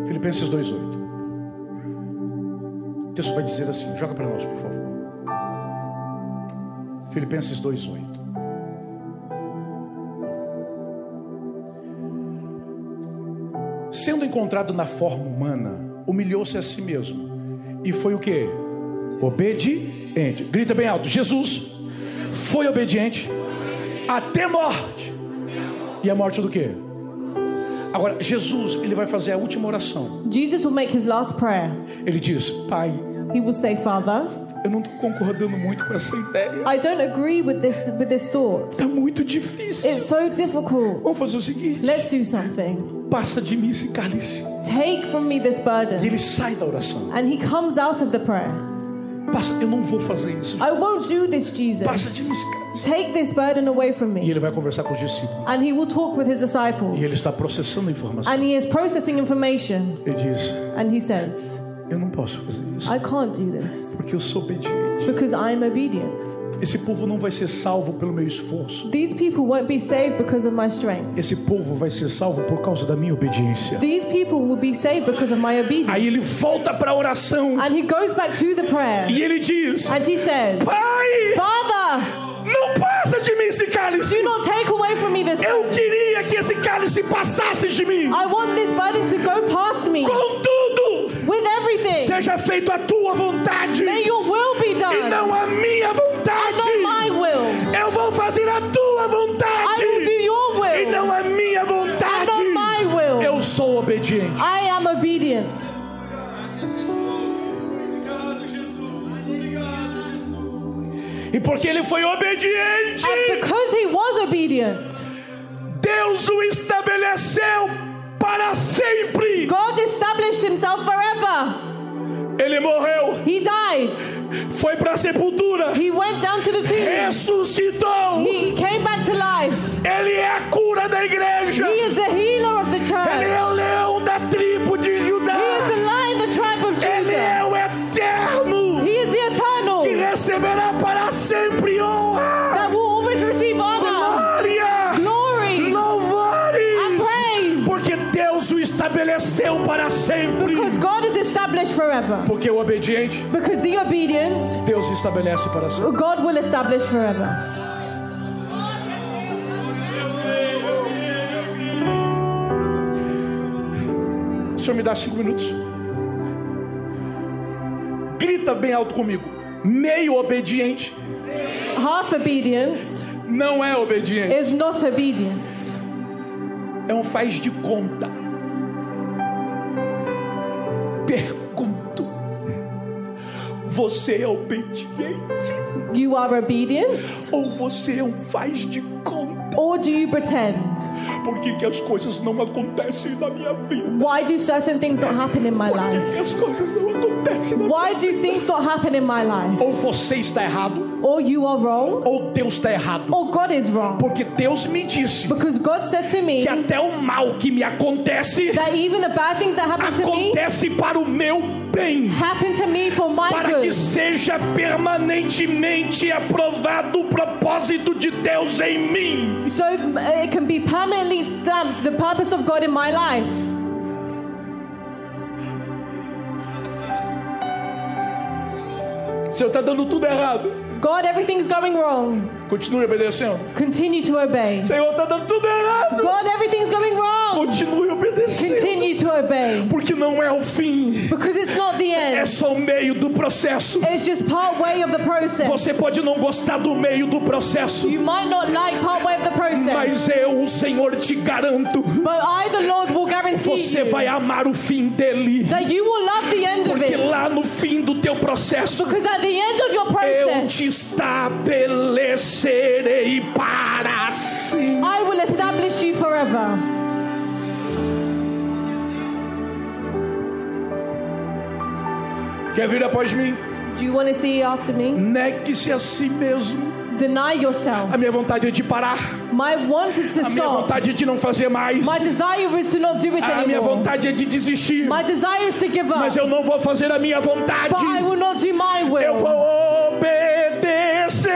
B: Filipenses 2,8. O texto vai dizer assim: joga para nós, por favor. Filipenses 2,8. Sendo encontrado na forma humana, humilhou-se a si mesmo. E foi o que? Obediente. Grita bem alto: Jesus foi obediente até morte. E a morte do quê? Agora, Jesus, ele vai fazer a última oração.
C: Jesus will make his last prayer.
B: Ele diz: Pai,
C: He will say, "Father,
B: eu não estou concordando muito com essa ideia.
C: I don't agree with this with this thought.
B: Está muito difícil.
C: It's so difficult.
B: Vamos fazer o seguinte:
C: Let's do something.
B: passa de mim esse cálice.
C: Take from me this
B: E
C: burden."
B: ele sai da oração.
C: And he comes out of the prayer.
B: Passa, eu não vou fazer isso.
C: I won't do this,
B: Passa de
C: Jesus.
B: mim esse cálice.
C: Take this burden away from
B: E
C: me.
B: ele vai conversar com os discípulos.
C: And he will talk with his
B: E ele
C: disciples.
B: está processando a informação.
C: And he is processing information.
B: Ele diz:
C: And he says,
B: Eu não posso fazer isso.
C: I can't do this
B: Porque eu sou obediente.
C: because I'm obedient.
B: Esse povo não vai ser salvo pelo meu esforço.
C: These people won't be saved because of my strength.
B: Esse povo vai ser salvo por causa da minha obediência.
C: These people will be saved because of my obedience.
B: Aí ele volta para a oração.
C: And he goes back to the prayer.
B: E ele diz:
C: And he says,
B: Pai,
C: Father,
B: não passa de mim esse cálice.
C: do not take away from me this.
B: Eu queria que esse cálice passasse de mim.
C: I want this burden to go past me
B: Contudo,
C: with everything.
B: seja feito a tua vontade
C: May your will be
B: e
C: done,
B: não a minha
C: and not
B: vontade.
C: my will.
B: Eu vou fazer a tua
C: I will do
B: vontade
C: your
B: e
C: will,
B: não a minha
C: and not
B: vontade.
C: my will.
B: Eu sou obediente.
C: I am obedient.
B: E porque ele foi obediente,
C: And because he was obedient,
B: Deus o estabeleceu para sempre.
C: God established himself forever.
B: Ele morreu,
C: He died.
B: foi para a sepultura,
C: He went down to the tomb.
B: ressuscitou.
C: He came back to life.
B: Ele é a cura da igreja.
C: He is the healer of the
B: Ele é o
C: church.
B: leão da tribo de Judá.
C: He is the lion, of the tribe of
B: Ele é
C: Judah.
B: o eterno
C: He is the
B: que
C: eternal
B: receberá para sempre honra,
C: that will always receive honor,
B: glória,
C: glory, and
B: louvores,
C: praise.
B: porque Deus o estabeleceu para sempre.
C: Because God is established forever.
B: Porque o obediente,
C: Because the obedient,
B: Deus estabelece para sempre.
C: God will establish forever.
B: O senhor me dá cinco minutos. Grita bem alto comigo. Meio obediente
C: Half obedience
B: não é obediente.
C: is not obedience.
B: é um faz de conta. Pergunto: você é obediente
C: You are obedient,
B: ou você é um faz de conta?
C: or do you pretend?
B: Por que, que as coisas não acontecem na minha vida?
C: Why do certain things not happen in my
B: Por que,
C: life?
B: que as coisas não acontecem na minha
C: Why do things not happen in my life?
B: Ou você está errado,
C: Or you are wrong,
B: ou Deus está errado.
C: or God is wrong.
B: Porque Deus me disse
C: Because God said to me
B: que até o mal que me acontece,
C: that even the bad things that happen to me
B: acontece para o meu bem.
C: happen to me for my
B: para que
C: good.
B: seja permanentemente aprovado o propósito de Deus em mim.
C: So uh, it can be permanently stamped the purpose of God in my life.
B: Você está tá dando tudo errado.
C: God, everything's going wrong.
B: Continue obedecendo.
C: Continue to obey.
B: Senhor, está dando tudo errado.
C: God, everything's going wrong.
B: Continue obedecendo.
C: Continue to obey.
B: Porque não é o fim,
C: Because it's not the
B: é
C: end,
B: só o meio do processo.
C: it's just part way of the process.
B: Você pode não gostar do meio do processo,
C: You might not like part way of the process,
B: mas eu, o Senhor, te garanto
C: but I, the Lord, will guarantee
B: Você
C: you
B: vai amar o fim dele.
C: that you will love the end of
B: Porque
C: it.
B: lá no fim do teu processo,
C: Because at the end of your
B: eu
C: process,
B: te estabelecerei para si.
C: I will establish you forever.
B: Quer vir após mim?
C: Do you want to see after me?
B: Negue-se a si mesmo.
C: Deny yourself.
B: A minha vontade é de parar.
C: My want is to
B: A minha
C: stop.
B: vontade é de não fazer mais.
C: My desire is to not do it
B: A minha
C: anymore.
B: vontade é de desistir.
C: My desire is to give up.
B: Mas eu não vou fazer a minha vontade.
C: But I will not do my
B: Eu
C: will.
B: vou obedecer.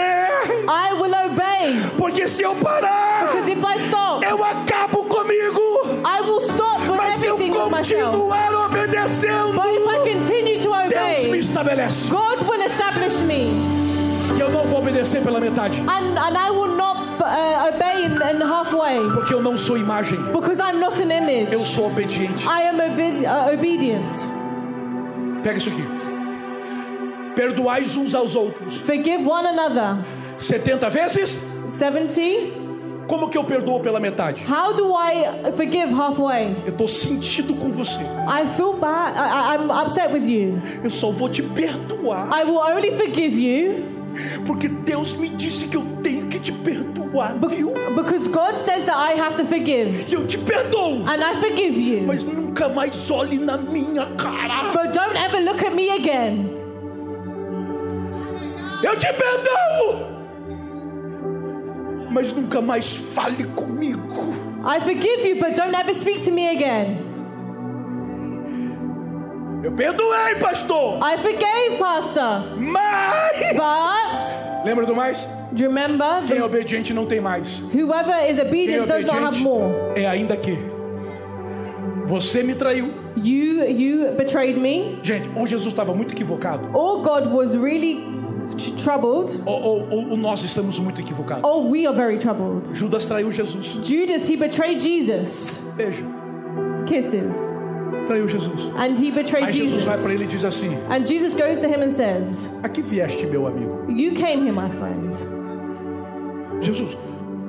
C: I will obey.
B: Porque se eu parar,
C: Because if I stop,
B: eu é acabo comigo.
C: I will stop with
B: Mas se eu
C: everything with myself.
B: continuar obedecendo,
C: But if I continue to
B: Deus me
C: obey,
B: estabelece.
C: God will establish me.
B: E eu não vou obedecer pela metade.
C: And, and I will not uh, obey in, in halfway.
B: Porque eu não sou imagem.
C: Because I'm not an
B: Eu
C: image.
B: sou obediente.
C: I am obe- uh, obedient.
B: Pega isso aqui. Perdoais uns aos outros.
C: Forgive one another.
B: 70 vezes?
C: 70.
B: Como que eu perdoo pela metade?
C: How do I forgive halfway?
B: Eu tô sentido com você.
C: I feel bad. I, I, I'm upset with you.
B: Eu só vou te perdoar.
C: I will only forgive you
B: Porque Deus me disse que eu tenho que te perdoar,
C: be-
B: viu?
C: because God says that I have to forgive.
B: E eu te perdoo.
C: And I forgive you.
B: Mas nunca mais olhe na minha cara.
C: But don't ever look at me again.
B: Eu te perdoo. Mas nunca mais fale comigo.
C: I forgive you, but don't ever speak to me again.
B: Eu perdoei, pastor.
C: I forgave, Pastor.
B: Mas.
C: But
B: Lembra do mais?
C: do you remember?
B: Quem é
C: The-
B: obediente não tem mais.
C: Whoever is
B: Quem é
C: obedient does not have
B: obediente
C: more.
B: é ainda que. Você me traiu.
C: You you betrayed me.
B: Gente, ou Jesus estava muito equivocado,
C: Or God was really t- troubled.
B: ou, ou- ou nós estamos muito equivocados.
C: Or we are very troubled.
B: Judas traiu Jesus.
C: Judas, he betrayed Jesus.
B: Beijo.
C: Kisses.
B: Traiu Jesus.
C: And he betrayed
B: Aí Jesus
C: Jesus.
B: vai para ele e diz assim:
C: And Jesus goes to him and says,
B: A que vieste, meu amigo?
C: You came here, my friend.
B: Jesus,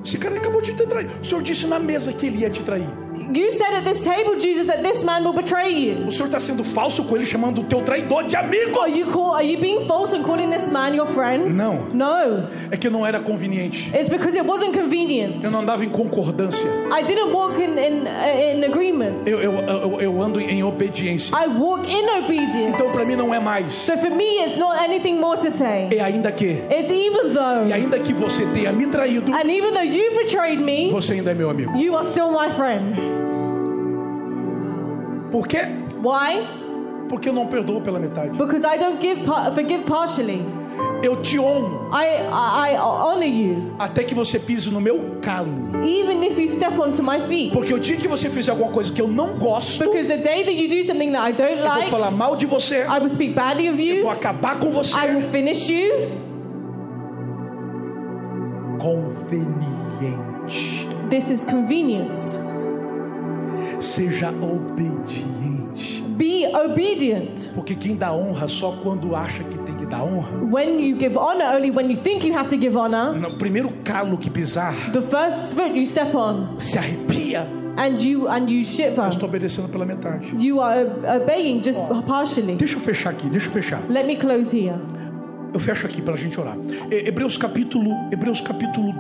B: esse cara acabou de te trair. O senhor disse na mesa que ele ia te trair.
C: You said at this table, Jesus, that this man will betray you.
B: O senhor está sendo falso com ele, chamando o teu traidor de amigo.
C: Are you call, Are you being false and calling this man your friend?
B: No.
C: No.
B: É que não era conveniente.
C: It's because it wasn't convenient.
B: Eu não andava em concordância.
C: I didn't walk in in, uh, in agreement.
B: Eu, eu, eu, eu ando em obediência.
C: I walk in obedience.
B: Então, para mim, não é mais.
C: So for me, it's not anything more to say.
B: É ainda que.
C: It's even
B: E
C: though,
B: ainda que você tenha me traído,
C: and even though you betrayed me,
B: você ainda é meu amigo.
C: you are still my friend.
B: Por quê?
C: Why?
B: Porque eu não perdoo pela metade.
C: Because I don't give par- forgive partially.
B: Eu te honro
C: I, I I honor you,
B: até que você pise no meu calo.
C: even if you step onto my feet.
B: Porque o dia que você fizer alguma coisa que eu não gosto, eu
C: Because the day that you do something that I don't
B: vou
C: like,
B: falar mal de você,
C: I will speak badly of
B: vou
C: you.
B: acabar com você.
C: I will finish you.
B: Conveniente.
C: This is convenience.
B: Seja obediente.
C: Be obedient.
B: Porque quem dá honra só quando acha que tem que dar honra.
C: When you give honor, only when you think you have to give honor,
B: No primeiro calo que pisar,
C: the first foot you step on,
B: se arrepia.
C: and you and you shiver.
B: Eu estou obedecendo pela metade.
C: You are obeying just partially.
B: Deixa eu fechar aqui, deixa eu fechar.
C: Let me close here.
B: Eu fecho aqui para a gente orar. He- Hebreus capítulo, Hebreus capítulo,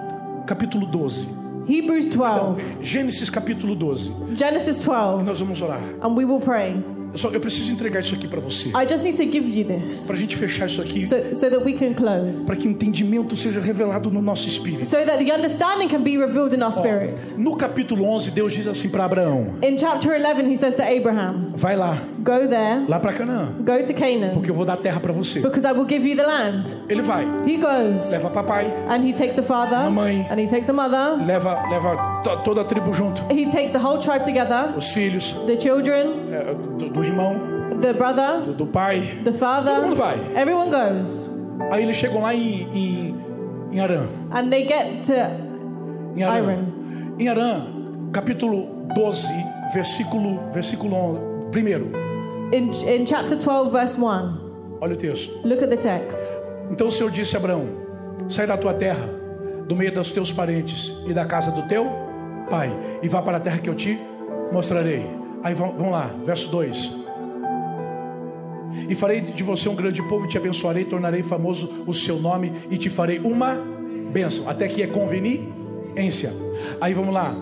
B: capítulo 12.
C: Hebrews 12,
B: Gênesis capítulo 12.
C: Genesis 12,
B: Nós vamos orar.
C: and we will pray.
B: Eu, só, eu preciso entregar isso aqui para você.
C: I just need to give you this
B: Para a gente fechar isso aqui.
C: so, so that we can close,
B: Para que o entendimento seja revelado no nosso espírito.
C: so that the understanding can be revealed in our spirit.
B: No capítulo 11, Deus diz assim para Abraão:
C: In chapter 11, he says to Abraham,
B: Vai lá,
C: Go there,
B: lá para Canaã,
C: go to Canaan,
B: porque eu vou dar terra para você.
C: because I will give you the land.
B: Ele vai,
C: He goes,
B: leva papai,
C: and he takes the father,
B: Mamãe.
C: and he takes the mother,
B: leva, leva to- toda a tribo junto,
C: he takes the whole tribe together,
B: os filhos,
C: the children,
B: é, do, do irmão,
C: the brother,
B: do, do pai.
C: the
B: Todo mundo
C: father.
B: vai.
C: Everyone goes,
B: Aí eles chegam lá em, em, em Arã.
C: and they get to
B: Em Arã.
C: Arã.
B: Em Arã, capítulo 12, versículo, versículo 11. Primeiro,
C: in, in chapter 12, verse 1.
B: olha o texto.
C: Look at the text.
B: Então o Senhor disse a Abraão: Sai da tua terra, do meio dos teus parentes e da casa do teu pai, e vá para a terra que eu te mostrarei. Aí vam- vamos lá, verso 2. E farei de você um grande povo, te abençoarei, tornarei famoso o seu nome e te farei uma bênção. Até que é conveniência. Aí vamos lá.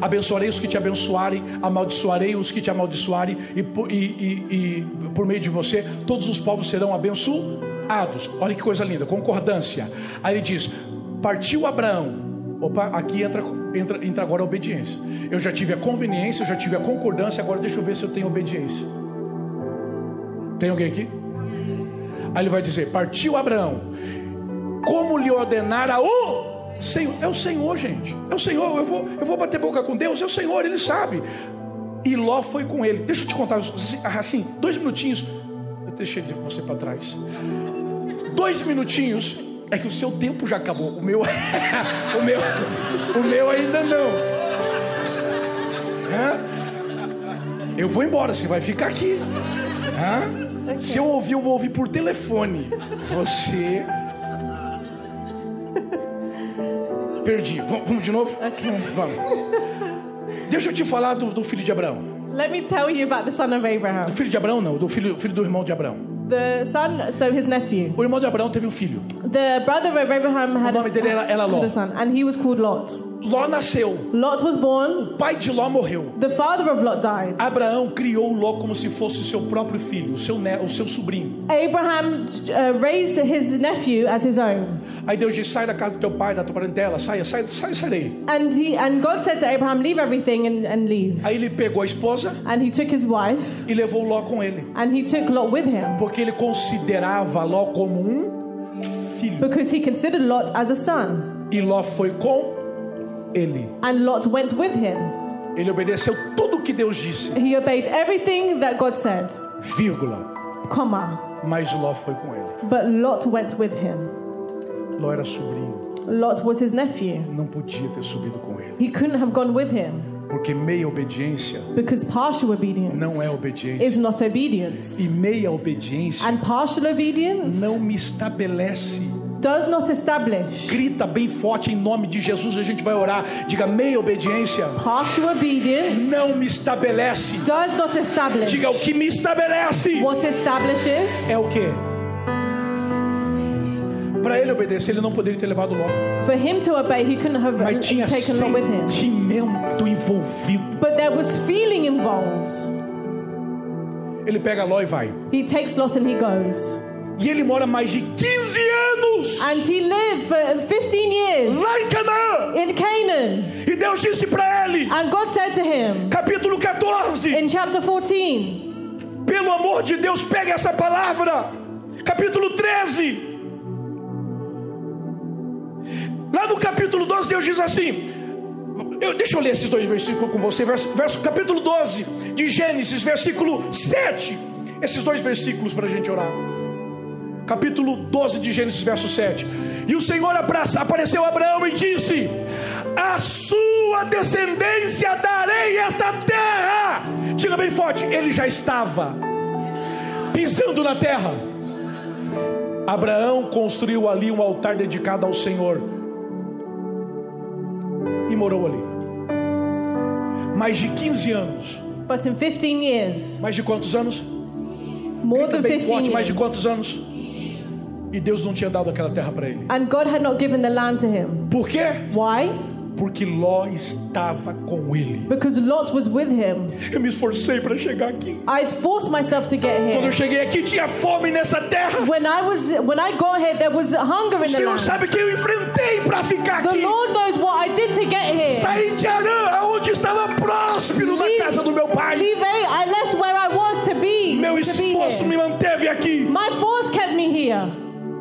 B: Abençoarei os que te abençoarem, amaldiçoarei os que te amaldiçoarem, e por, e- e- e por meio de você, todos os povos serão abençoados. Olha que coisa linda, concordância. Aí ele diz: Partiu Abraão. Opa, aqui entra, entra, entra agora a obediência. Eu já tive a conveniência, eu já tive a concordância, agora deixa eu ver se eu tenho obediência. Tem alguém aqui? Aí ele vai dizer: Partiu Abraão, como lhe ordenara o Senhor. É o Senhor, gente. É o Senhor. Eu vou, eu vou bater boca com Deus. É o Senhor, ele sabe. E Ló foi com ele. Deixa eu te contar assim, assim, dois minutinhos. Eu deixei de você para trás. Dois minutinhos. É que o seu tempo já acabou. O meu, o meu, o meu ainda não. Hã? Eu vou embora. Você vai ficar aqui. Hã? Se eu ouvir, eu vou ouvir por telefone. Você Perdi. Vamos, vamos de novo?
C: Okay.
B: Vamos. Deixa eu te falar do, do filho de Abraão.
C: Let me tell you about the son of
B: Do
C: Abraham.
B: filho de Abraão, não, do filho, filho do irmão de Abraão.
C: The son, so his nephew.
B: O irmão de Abraão teve um filho.
C: The brother of Abraham had,
B: nome
C: a,
B: dele era- era Ló.
C: had a son, and he was called Lot.
B: Ló nasceu.
C: Lot was born.
B: O pai de Ló morreu.
C: The father of Lot died.
B: Abraão criou Ló como se fosse seu próprio filho, o seu, ne- o seu sobrinho.
C: Abraham uh, raised his nephew as his own,
B: Aí Deus disse: sai da casa do teu pai, da tua parentela, saia, sai, sai, sai daí.
C: and he and God said to Abraham, "Leave everything and, and leave."
B: Aí ele pegou a esposa
C: And he took his wife,
B: e levou Ló com ele.
C: and he took Lot with him
B: Porque ele considerava Ló como um filho.
C: because he considered Lot as a son,
B: E Ló foi com ele.
C: and Lot went with him.
B: Ele obedeceu tudo o que Deus disse.
C: He obeyed everything that God said,
B: vírgula,
C: comma,
B: mas Ló foi com ele.
C: but Lot went with him.
B: Ló era sobrinho,
C: Lot was his nephew.
B: não podia ter subido com ele,
C: He couldn't have gone with him
B: porque meia obediência
C: because partial obedience
B: não é
C: is
B: obediência.
C: not obedience,
B: E meia obediência
C: and partial obedience
B: não me estabelece.
C: does not establish.
B: Grita bem forte em nome de Jesus, a gente vai orar. Diga meia obediência
C: Partial obedience
B: não me estabelece.
C: does not establish.
B: Diga o que me estabelece
C: What establishes?
B: é o quê? Para ele obedecer, ele não poderia ter levado Ló,
C: For him to obey, he couldn't have
B: mas tinha
C: taken along with him.
B: sentimento envolvido.
C: But there was feeling involved.
B: Ele pega Ló e vai.
C: He takes Lot and he goes.
B: E ele mora mais de 15 anos
C: And he lived for 15 years
B: lá em Canaã.
C: in Canaan.
B: E Deus disse para ele,
C: And God said to him
B: capítulo 14,
C: in chapter 14,
B: pelo amor de Deus, pega essa palavra. Capítulo 13. Lá no capítulo 12, Deus diz assim: eu- deixa eu ler esses dois versículos com você. Verso, verso- capítulo 12 de Gênesis, versículo 7. Esses dois versículos para a gente orar. capítulo 12 de Gênesis, verso 7. E o Senhor abraça- apareceu a Abraão e disse: A sua descendência darei esta terra. Diga bem forte: Ele já estava pisando na terra. Abraão construiu ali um altar dedicado ao Senhor e morou ali. Mais de 15 anos.
C: but in 15 years,
B: Mais de quantos anos?
C: more
B: Grita
C: than
B: bem
C: 15
B: forte, mais de
C: years,
B: quantos anos? E Deus não tinha dado aquela terra para ele.
C: and God had not given the land to him.
B: Por quê?
C: Why?
B: Porque Ló estava com ele.
C: Because Lot was with him.
B: Eu me esforcei para chegar aqui.
C: I forced myself to get
B: Quando eu
C: here.
B: cheguei aqui, tinha fome nessa terra.
C: When I was when I got here, there was hunger
B: O
C: in the
B: Senhor
C: land.
B: sabe que eu enfrentei para ficar
C: The
B: aqui.
C: Lord knows what I did to get here.
B: Saí de Arã, aonde estava próspero da
C: Leave-
B: casa do meu pai.
C: Leave eight. I left where I was to be.
B: Meu
C: to be
B: esforço
C: here.
B: me manteve aqui.
C: My force kept me here.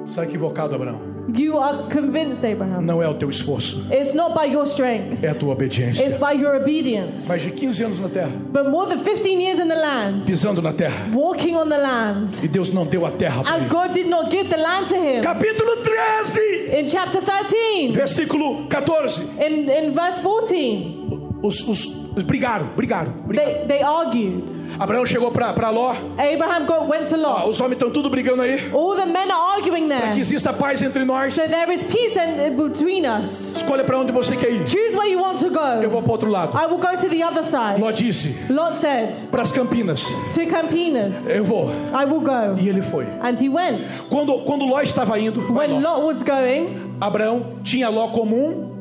B: Está equivocado, Abraão.
C: You are convinced, Abraham.
B: Não é o teu esforço,
C: It's not by your strength.
B: é a tua obediência.
C: It's by your obedience.
B: Mais de 15 anos na terra,
C: But more than 15 years in the land,
B: pisando na terra.
C: walking on the land,
B: E Deus não deu a terra para
C: and
B: ele.
C: God did not give the land to him.
B: Capítulo 13,
C: In chapter 13,
B: versículo 14.
C: in, in verse 14,
B: Os, os- os brigaram, brigaram. brigaram.
C: They, they argued.
B: Abraão chegou para Ló.
C: Abraham go, went to
B: Ó,
C: Lot.
B: os homens estão tudo brigando aí.
C: All the men are arguing
B: Que
C: there.
B: exista paz entre nós.
C: So there is peace in, between us.
B: Escolha para onde você quer ir.
C: Choose where you want to
B: Eu
C: go.
B: vou para outro lado.
C: I will go to the other side.
B: Ló disse:
C: Lot said
B: para as Campinas.
C: to Campinas,
B: Eu vou.
C: I will go.
B: E ele foi.
C: And he went.
B: Quando, quando Ló estava indo, vai
C: When
B: Ló.
C: Lot was going,
B: Abraão tinha Ló comum.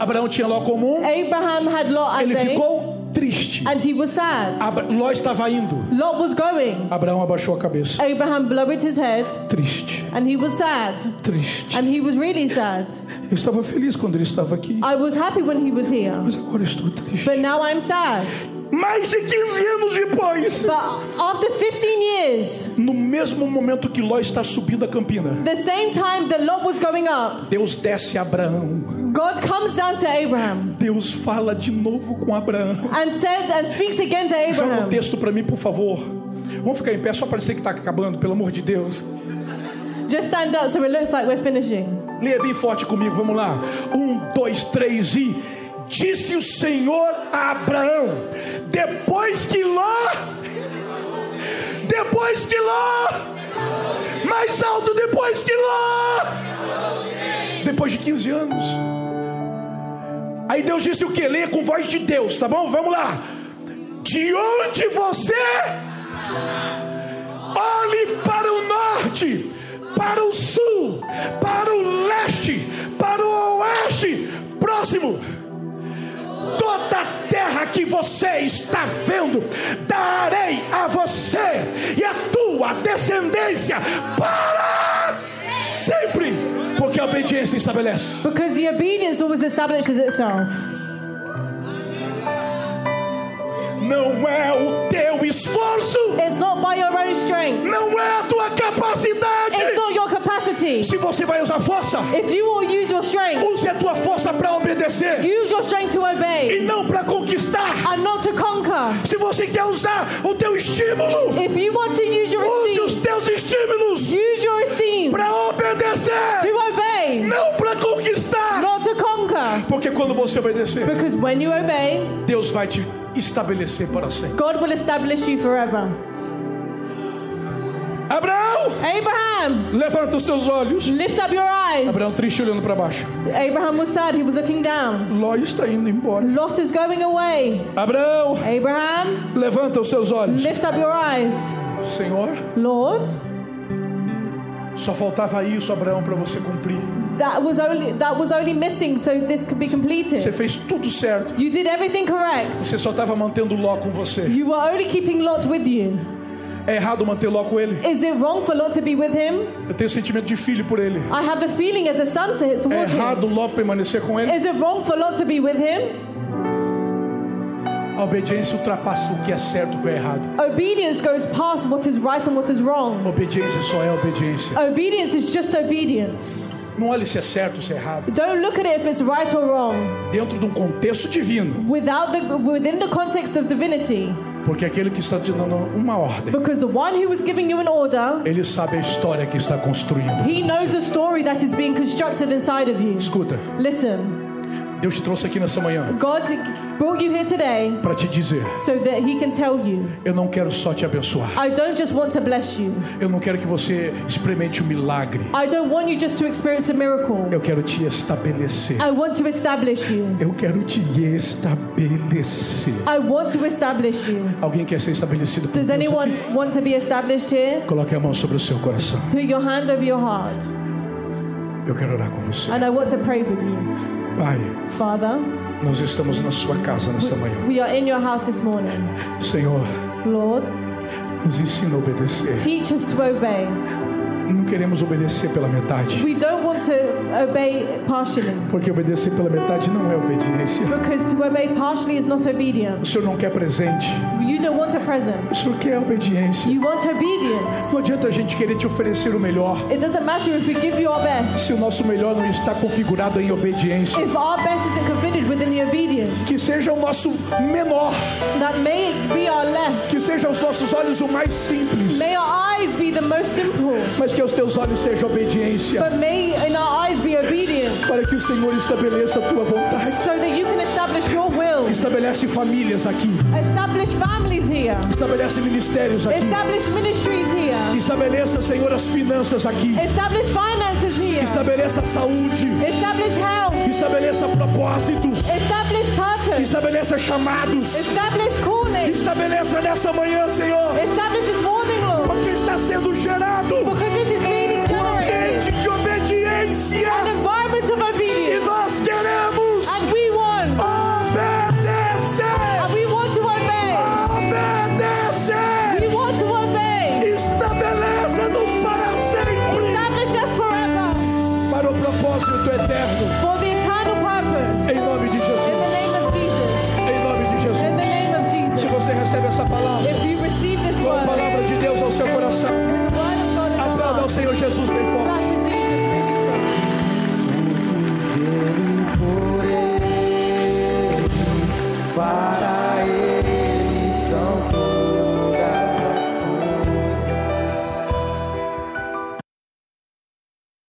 B: Abraão tinha Ló comum.
C: É, Abraham had Lot as
B: Ele
C: they,
B: ficou triste.
C: and he was sad.
B: Abra- Ló estava indo.
C: Lot was going.
B: Abraão abaixou a cabeça.
C: Abraham lowered his head,
B: Triste,
C: and he was sad.
B: triste.
C: And he was really sad.
B: Eu estava feliz quando ele estava aqui,
C: I was happy when he was here,
B: mas agora estou triste.
C: but now I'm sad.
B: Mais de 15 anos depois,
C: But after 15 years,
B: no mesmo momento que Ló está subindo a campina,
C: the same time that Lot was going up,
B: Deus desce a Abraão.
C: God comes down to Abraham
B: Deus fala de novo com Abraão.
C: and said and speaks again to
B: Joga o
C: Abraham.
B: texto para mim, por favor. Vamos ficar em pé só para dizer que está acabando, pelo amor de Deus.
C: Just stand up so it looks like we're finishing.
B: Leia bem forte comigo, vamos lá. Um, dois, três e. Disse o Senhor a Abraão: depois que Ló. Depois que Ló. Mais alto, depois que Ló. Depois de 15 anos. Aí Deus disse o que? Leia com voz de Deus, tá bom? Vamos lá. De onde você olhe para o norte, para o sul, para o leste, para o oeste, próximo. Toda a terra que você está vendo, darei a você e a tua descendência para sempre, porque a obediência estabelece.
C: Because the obedience always establishes itself.
B: Não é o teu esforço,
C: It's not by your own strength,
B: não é a tua
C: it's
B: capacidade.
C: not your capacity.
B: Se você vai usar força,
C: If you will use your strength,
B: use a tua força para obedecer.
C: use your strength to
B: e
C: obey
B: não para conquistar.
C: and not to conquer.
B: Se você quer usar o teu estímulo,
C: If you want to use your
B: use
C: esteem,
B: os teus estímulos
C: use your esteem
B: para
C: to
B: obedecer,
C: obey,
B: não para conquistar.
C: not to conquer.
B: Porque quando você obedecer,
C: Because when you obey,
B: Deus vai te estabelecer para sempre.
C: God will establish you forever.
B: Abraão,
C: Abraham,
B: levanta os teus olhos.
C: lift up your eyes.
B: Abraão triste olhando para baixo.
C: Abraham was sad, he was looking down.
B: Ló está indo embora.
C: Lot is going away.
B: Abraão,
C: Abraham,
B: levanta os seus olhos.
C: lift up your eyes.
B: Senhor,
C: Lord,
B: só faltava isso, Abraão, para você cumprir.
C: that was only that was only missing so this could be
B: Você
C: completed.
B: fez tudo certo.
C: You did everything correct.
B: Você só estava mantendo Ló com você.
C: You were only keeping Lot with you.
B: É errado manter Ló com ele?
C: Is it wrong for Lot to be with him?
B: Eu tenho sentimento de filho por ele.
C: I have the feeling as a son to hit
B: É
C: towards him.
B: errado Ló permanecer com ele.
C: Is it wrong for Lot to be with him?
B: A obediência ultrapassa o que é certo e o que é errado.
C: Obedience goes past what is right and what is wrong.
B: Obediência só é obediência.
C: Obedience is just obedience.
B: Não olhe se é certo ou se é errado.
C: Don't look at it if it's right or wrong
B: Dentro de um contexto divino.
C: without the within the context of divinity.
B: Porque aquele que está te dando uma ordem,
C: Because the one who was giving you an order,
B: ele sabe a história que está construindo.
C: he knows the story that is being constructed inside of you.
B: Escuta,
C: Listen,
B: Deus te trouxe aqui nessa manhã
C: God brought you here today
B: para te dizer:
C: so that he can tell you,
B: eu não quero só te abençoar.
C: I don't just want to bless you.
B: Eu não quero que você experimente um milagre.
C: I don't want you just to experience a miracle.
B: Eu quero te estabelecer.
C: I want to establish you.
B: Eu quero te estabelecer.
C: I want to establish you.
B: Alguém quer ser estabelecido por
C: Does
B: Deus? aqui?
C: anyone want to be established here?
B: Coloque a mão sobre o seu coração.
C: Put your hand over your heart.
B: Eu quero orar com você.
C: And I want to pray with you.
B: Pai,
C: Father,
B: nós estamos na sua casa nessa manhã.
C: we are in your house this morning.
B: Senhor,
C: Lord,
B: nos ensina a obedecer.
C: teach us to obey.
B: Não queremos obedecer pela metade,
C: We don't want to obey partially.
B: porque obedecer pela metade não é obediência.
C: Because to obey partially is not
B: O
C: obedience.
B: Senhor não quer presente,
C: You don't want a present.
B: o Senhor quer obediência.
C: You want obedience.
B: Não adianta a gente querer te oferecer o melhor
C: It doesn't matter if we give you our best.
B: se o nosso melhor não está configurado em obediência.
C: If our best isn't configured within the obedience,
B: Que seja o nosso menor,
C: that may be our less.
B: que seja aos nossos olhos o mais simples,
C: May our eyes be the most simple.
B: mas que aos teus olhos seja obediência,
C: But may in our eyes be obedient.
B: para que o Senhor estabeleça a tua vontade.
C: So that you can establish your will.
B: Estabelece famílias aqui.
C: Establish families here.
B: Estabelece ministérios aqui.
C: Establish ministries here.
B: Estabeleça, Senhor, as finanças aqui.
C: Establish finances here.
B: Estabeleça a saúde.
C: Establish health.
B: Estabeleça propósitos.
C: Establish purpose.
B: Estabeleça chamados.
C: Establish calling.
B: Estabeleça nessa manhã, Senhor.
C: Establish this morning, Lord.
B: Porque está sendo gerado um
C: Because this is being generated.
B: ambiente de obediência.
C: An environment of
B: E
C: obedience.
B: nós queremos
C: And we want.
B: obedecer.
C: And we want to obey.
B: Obedecer.
C: We want to obey.
B: Estabeleça-nos para sempre.
C: Establish us forever
B: Para o propósito eterno.
C: for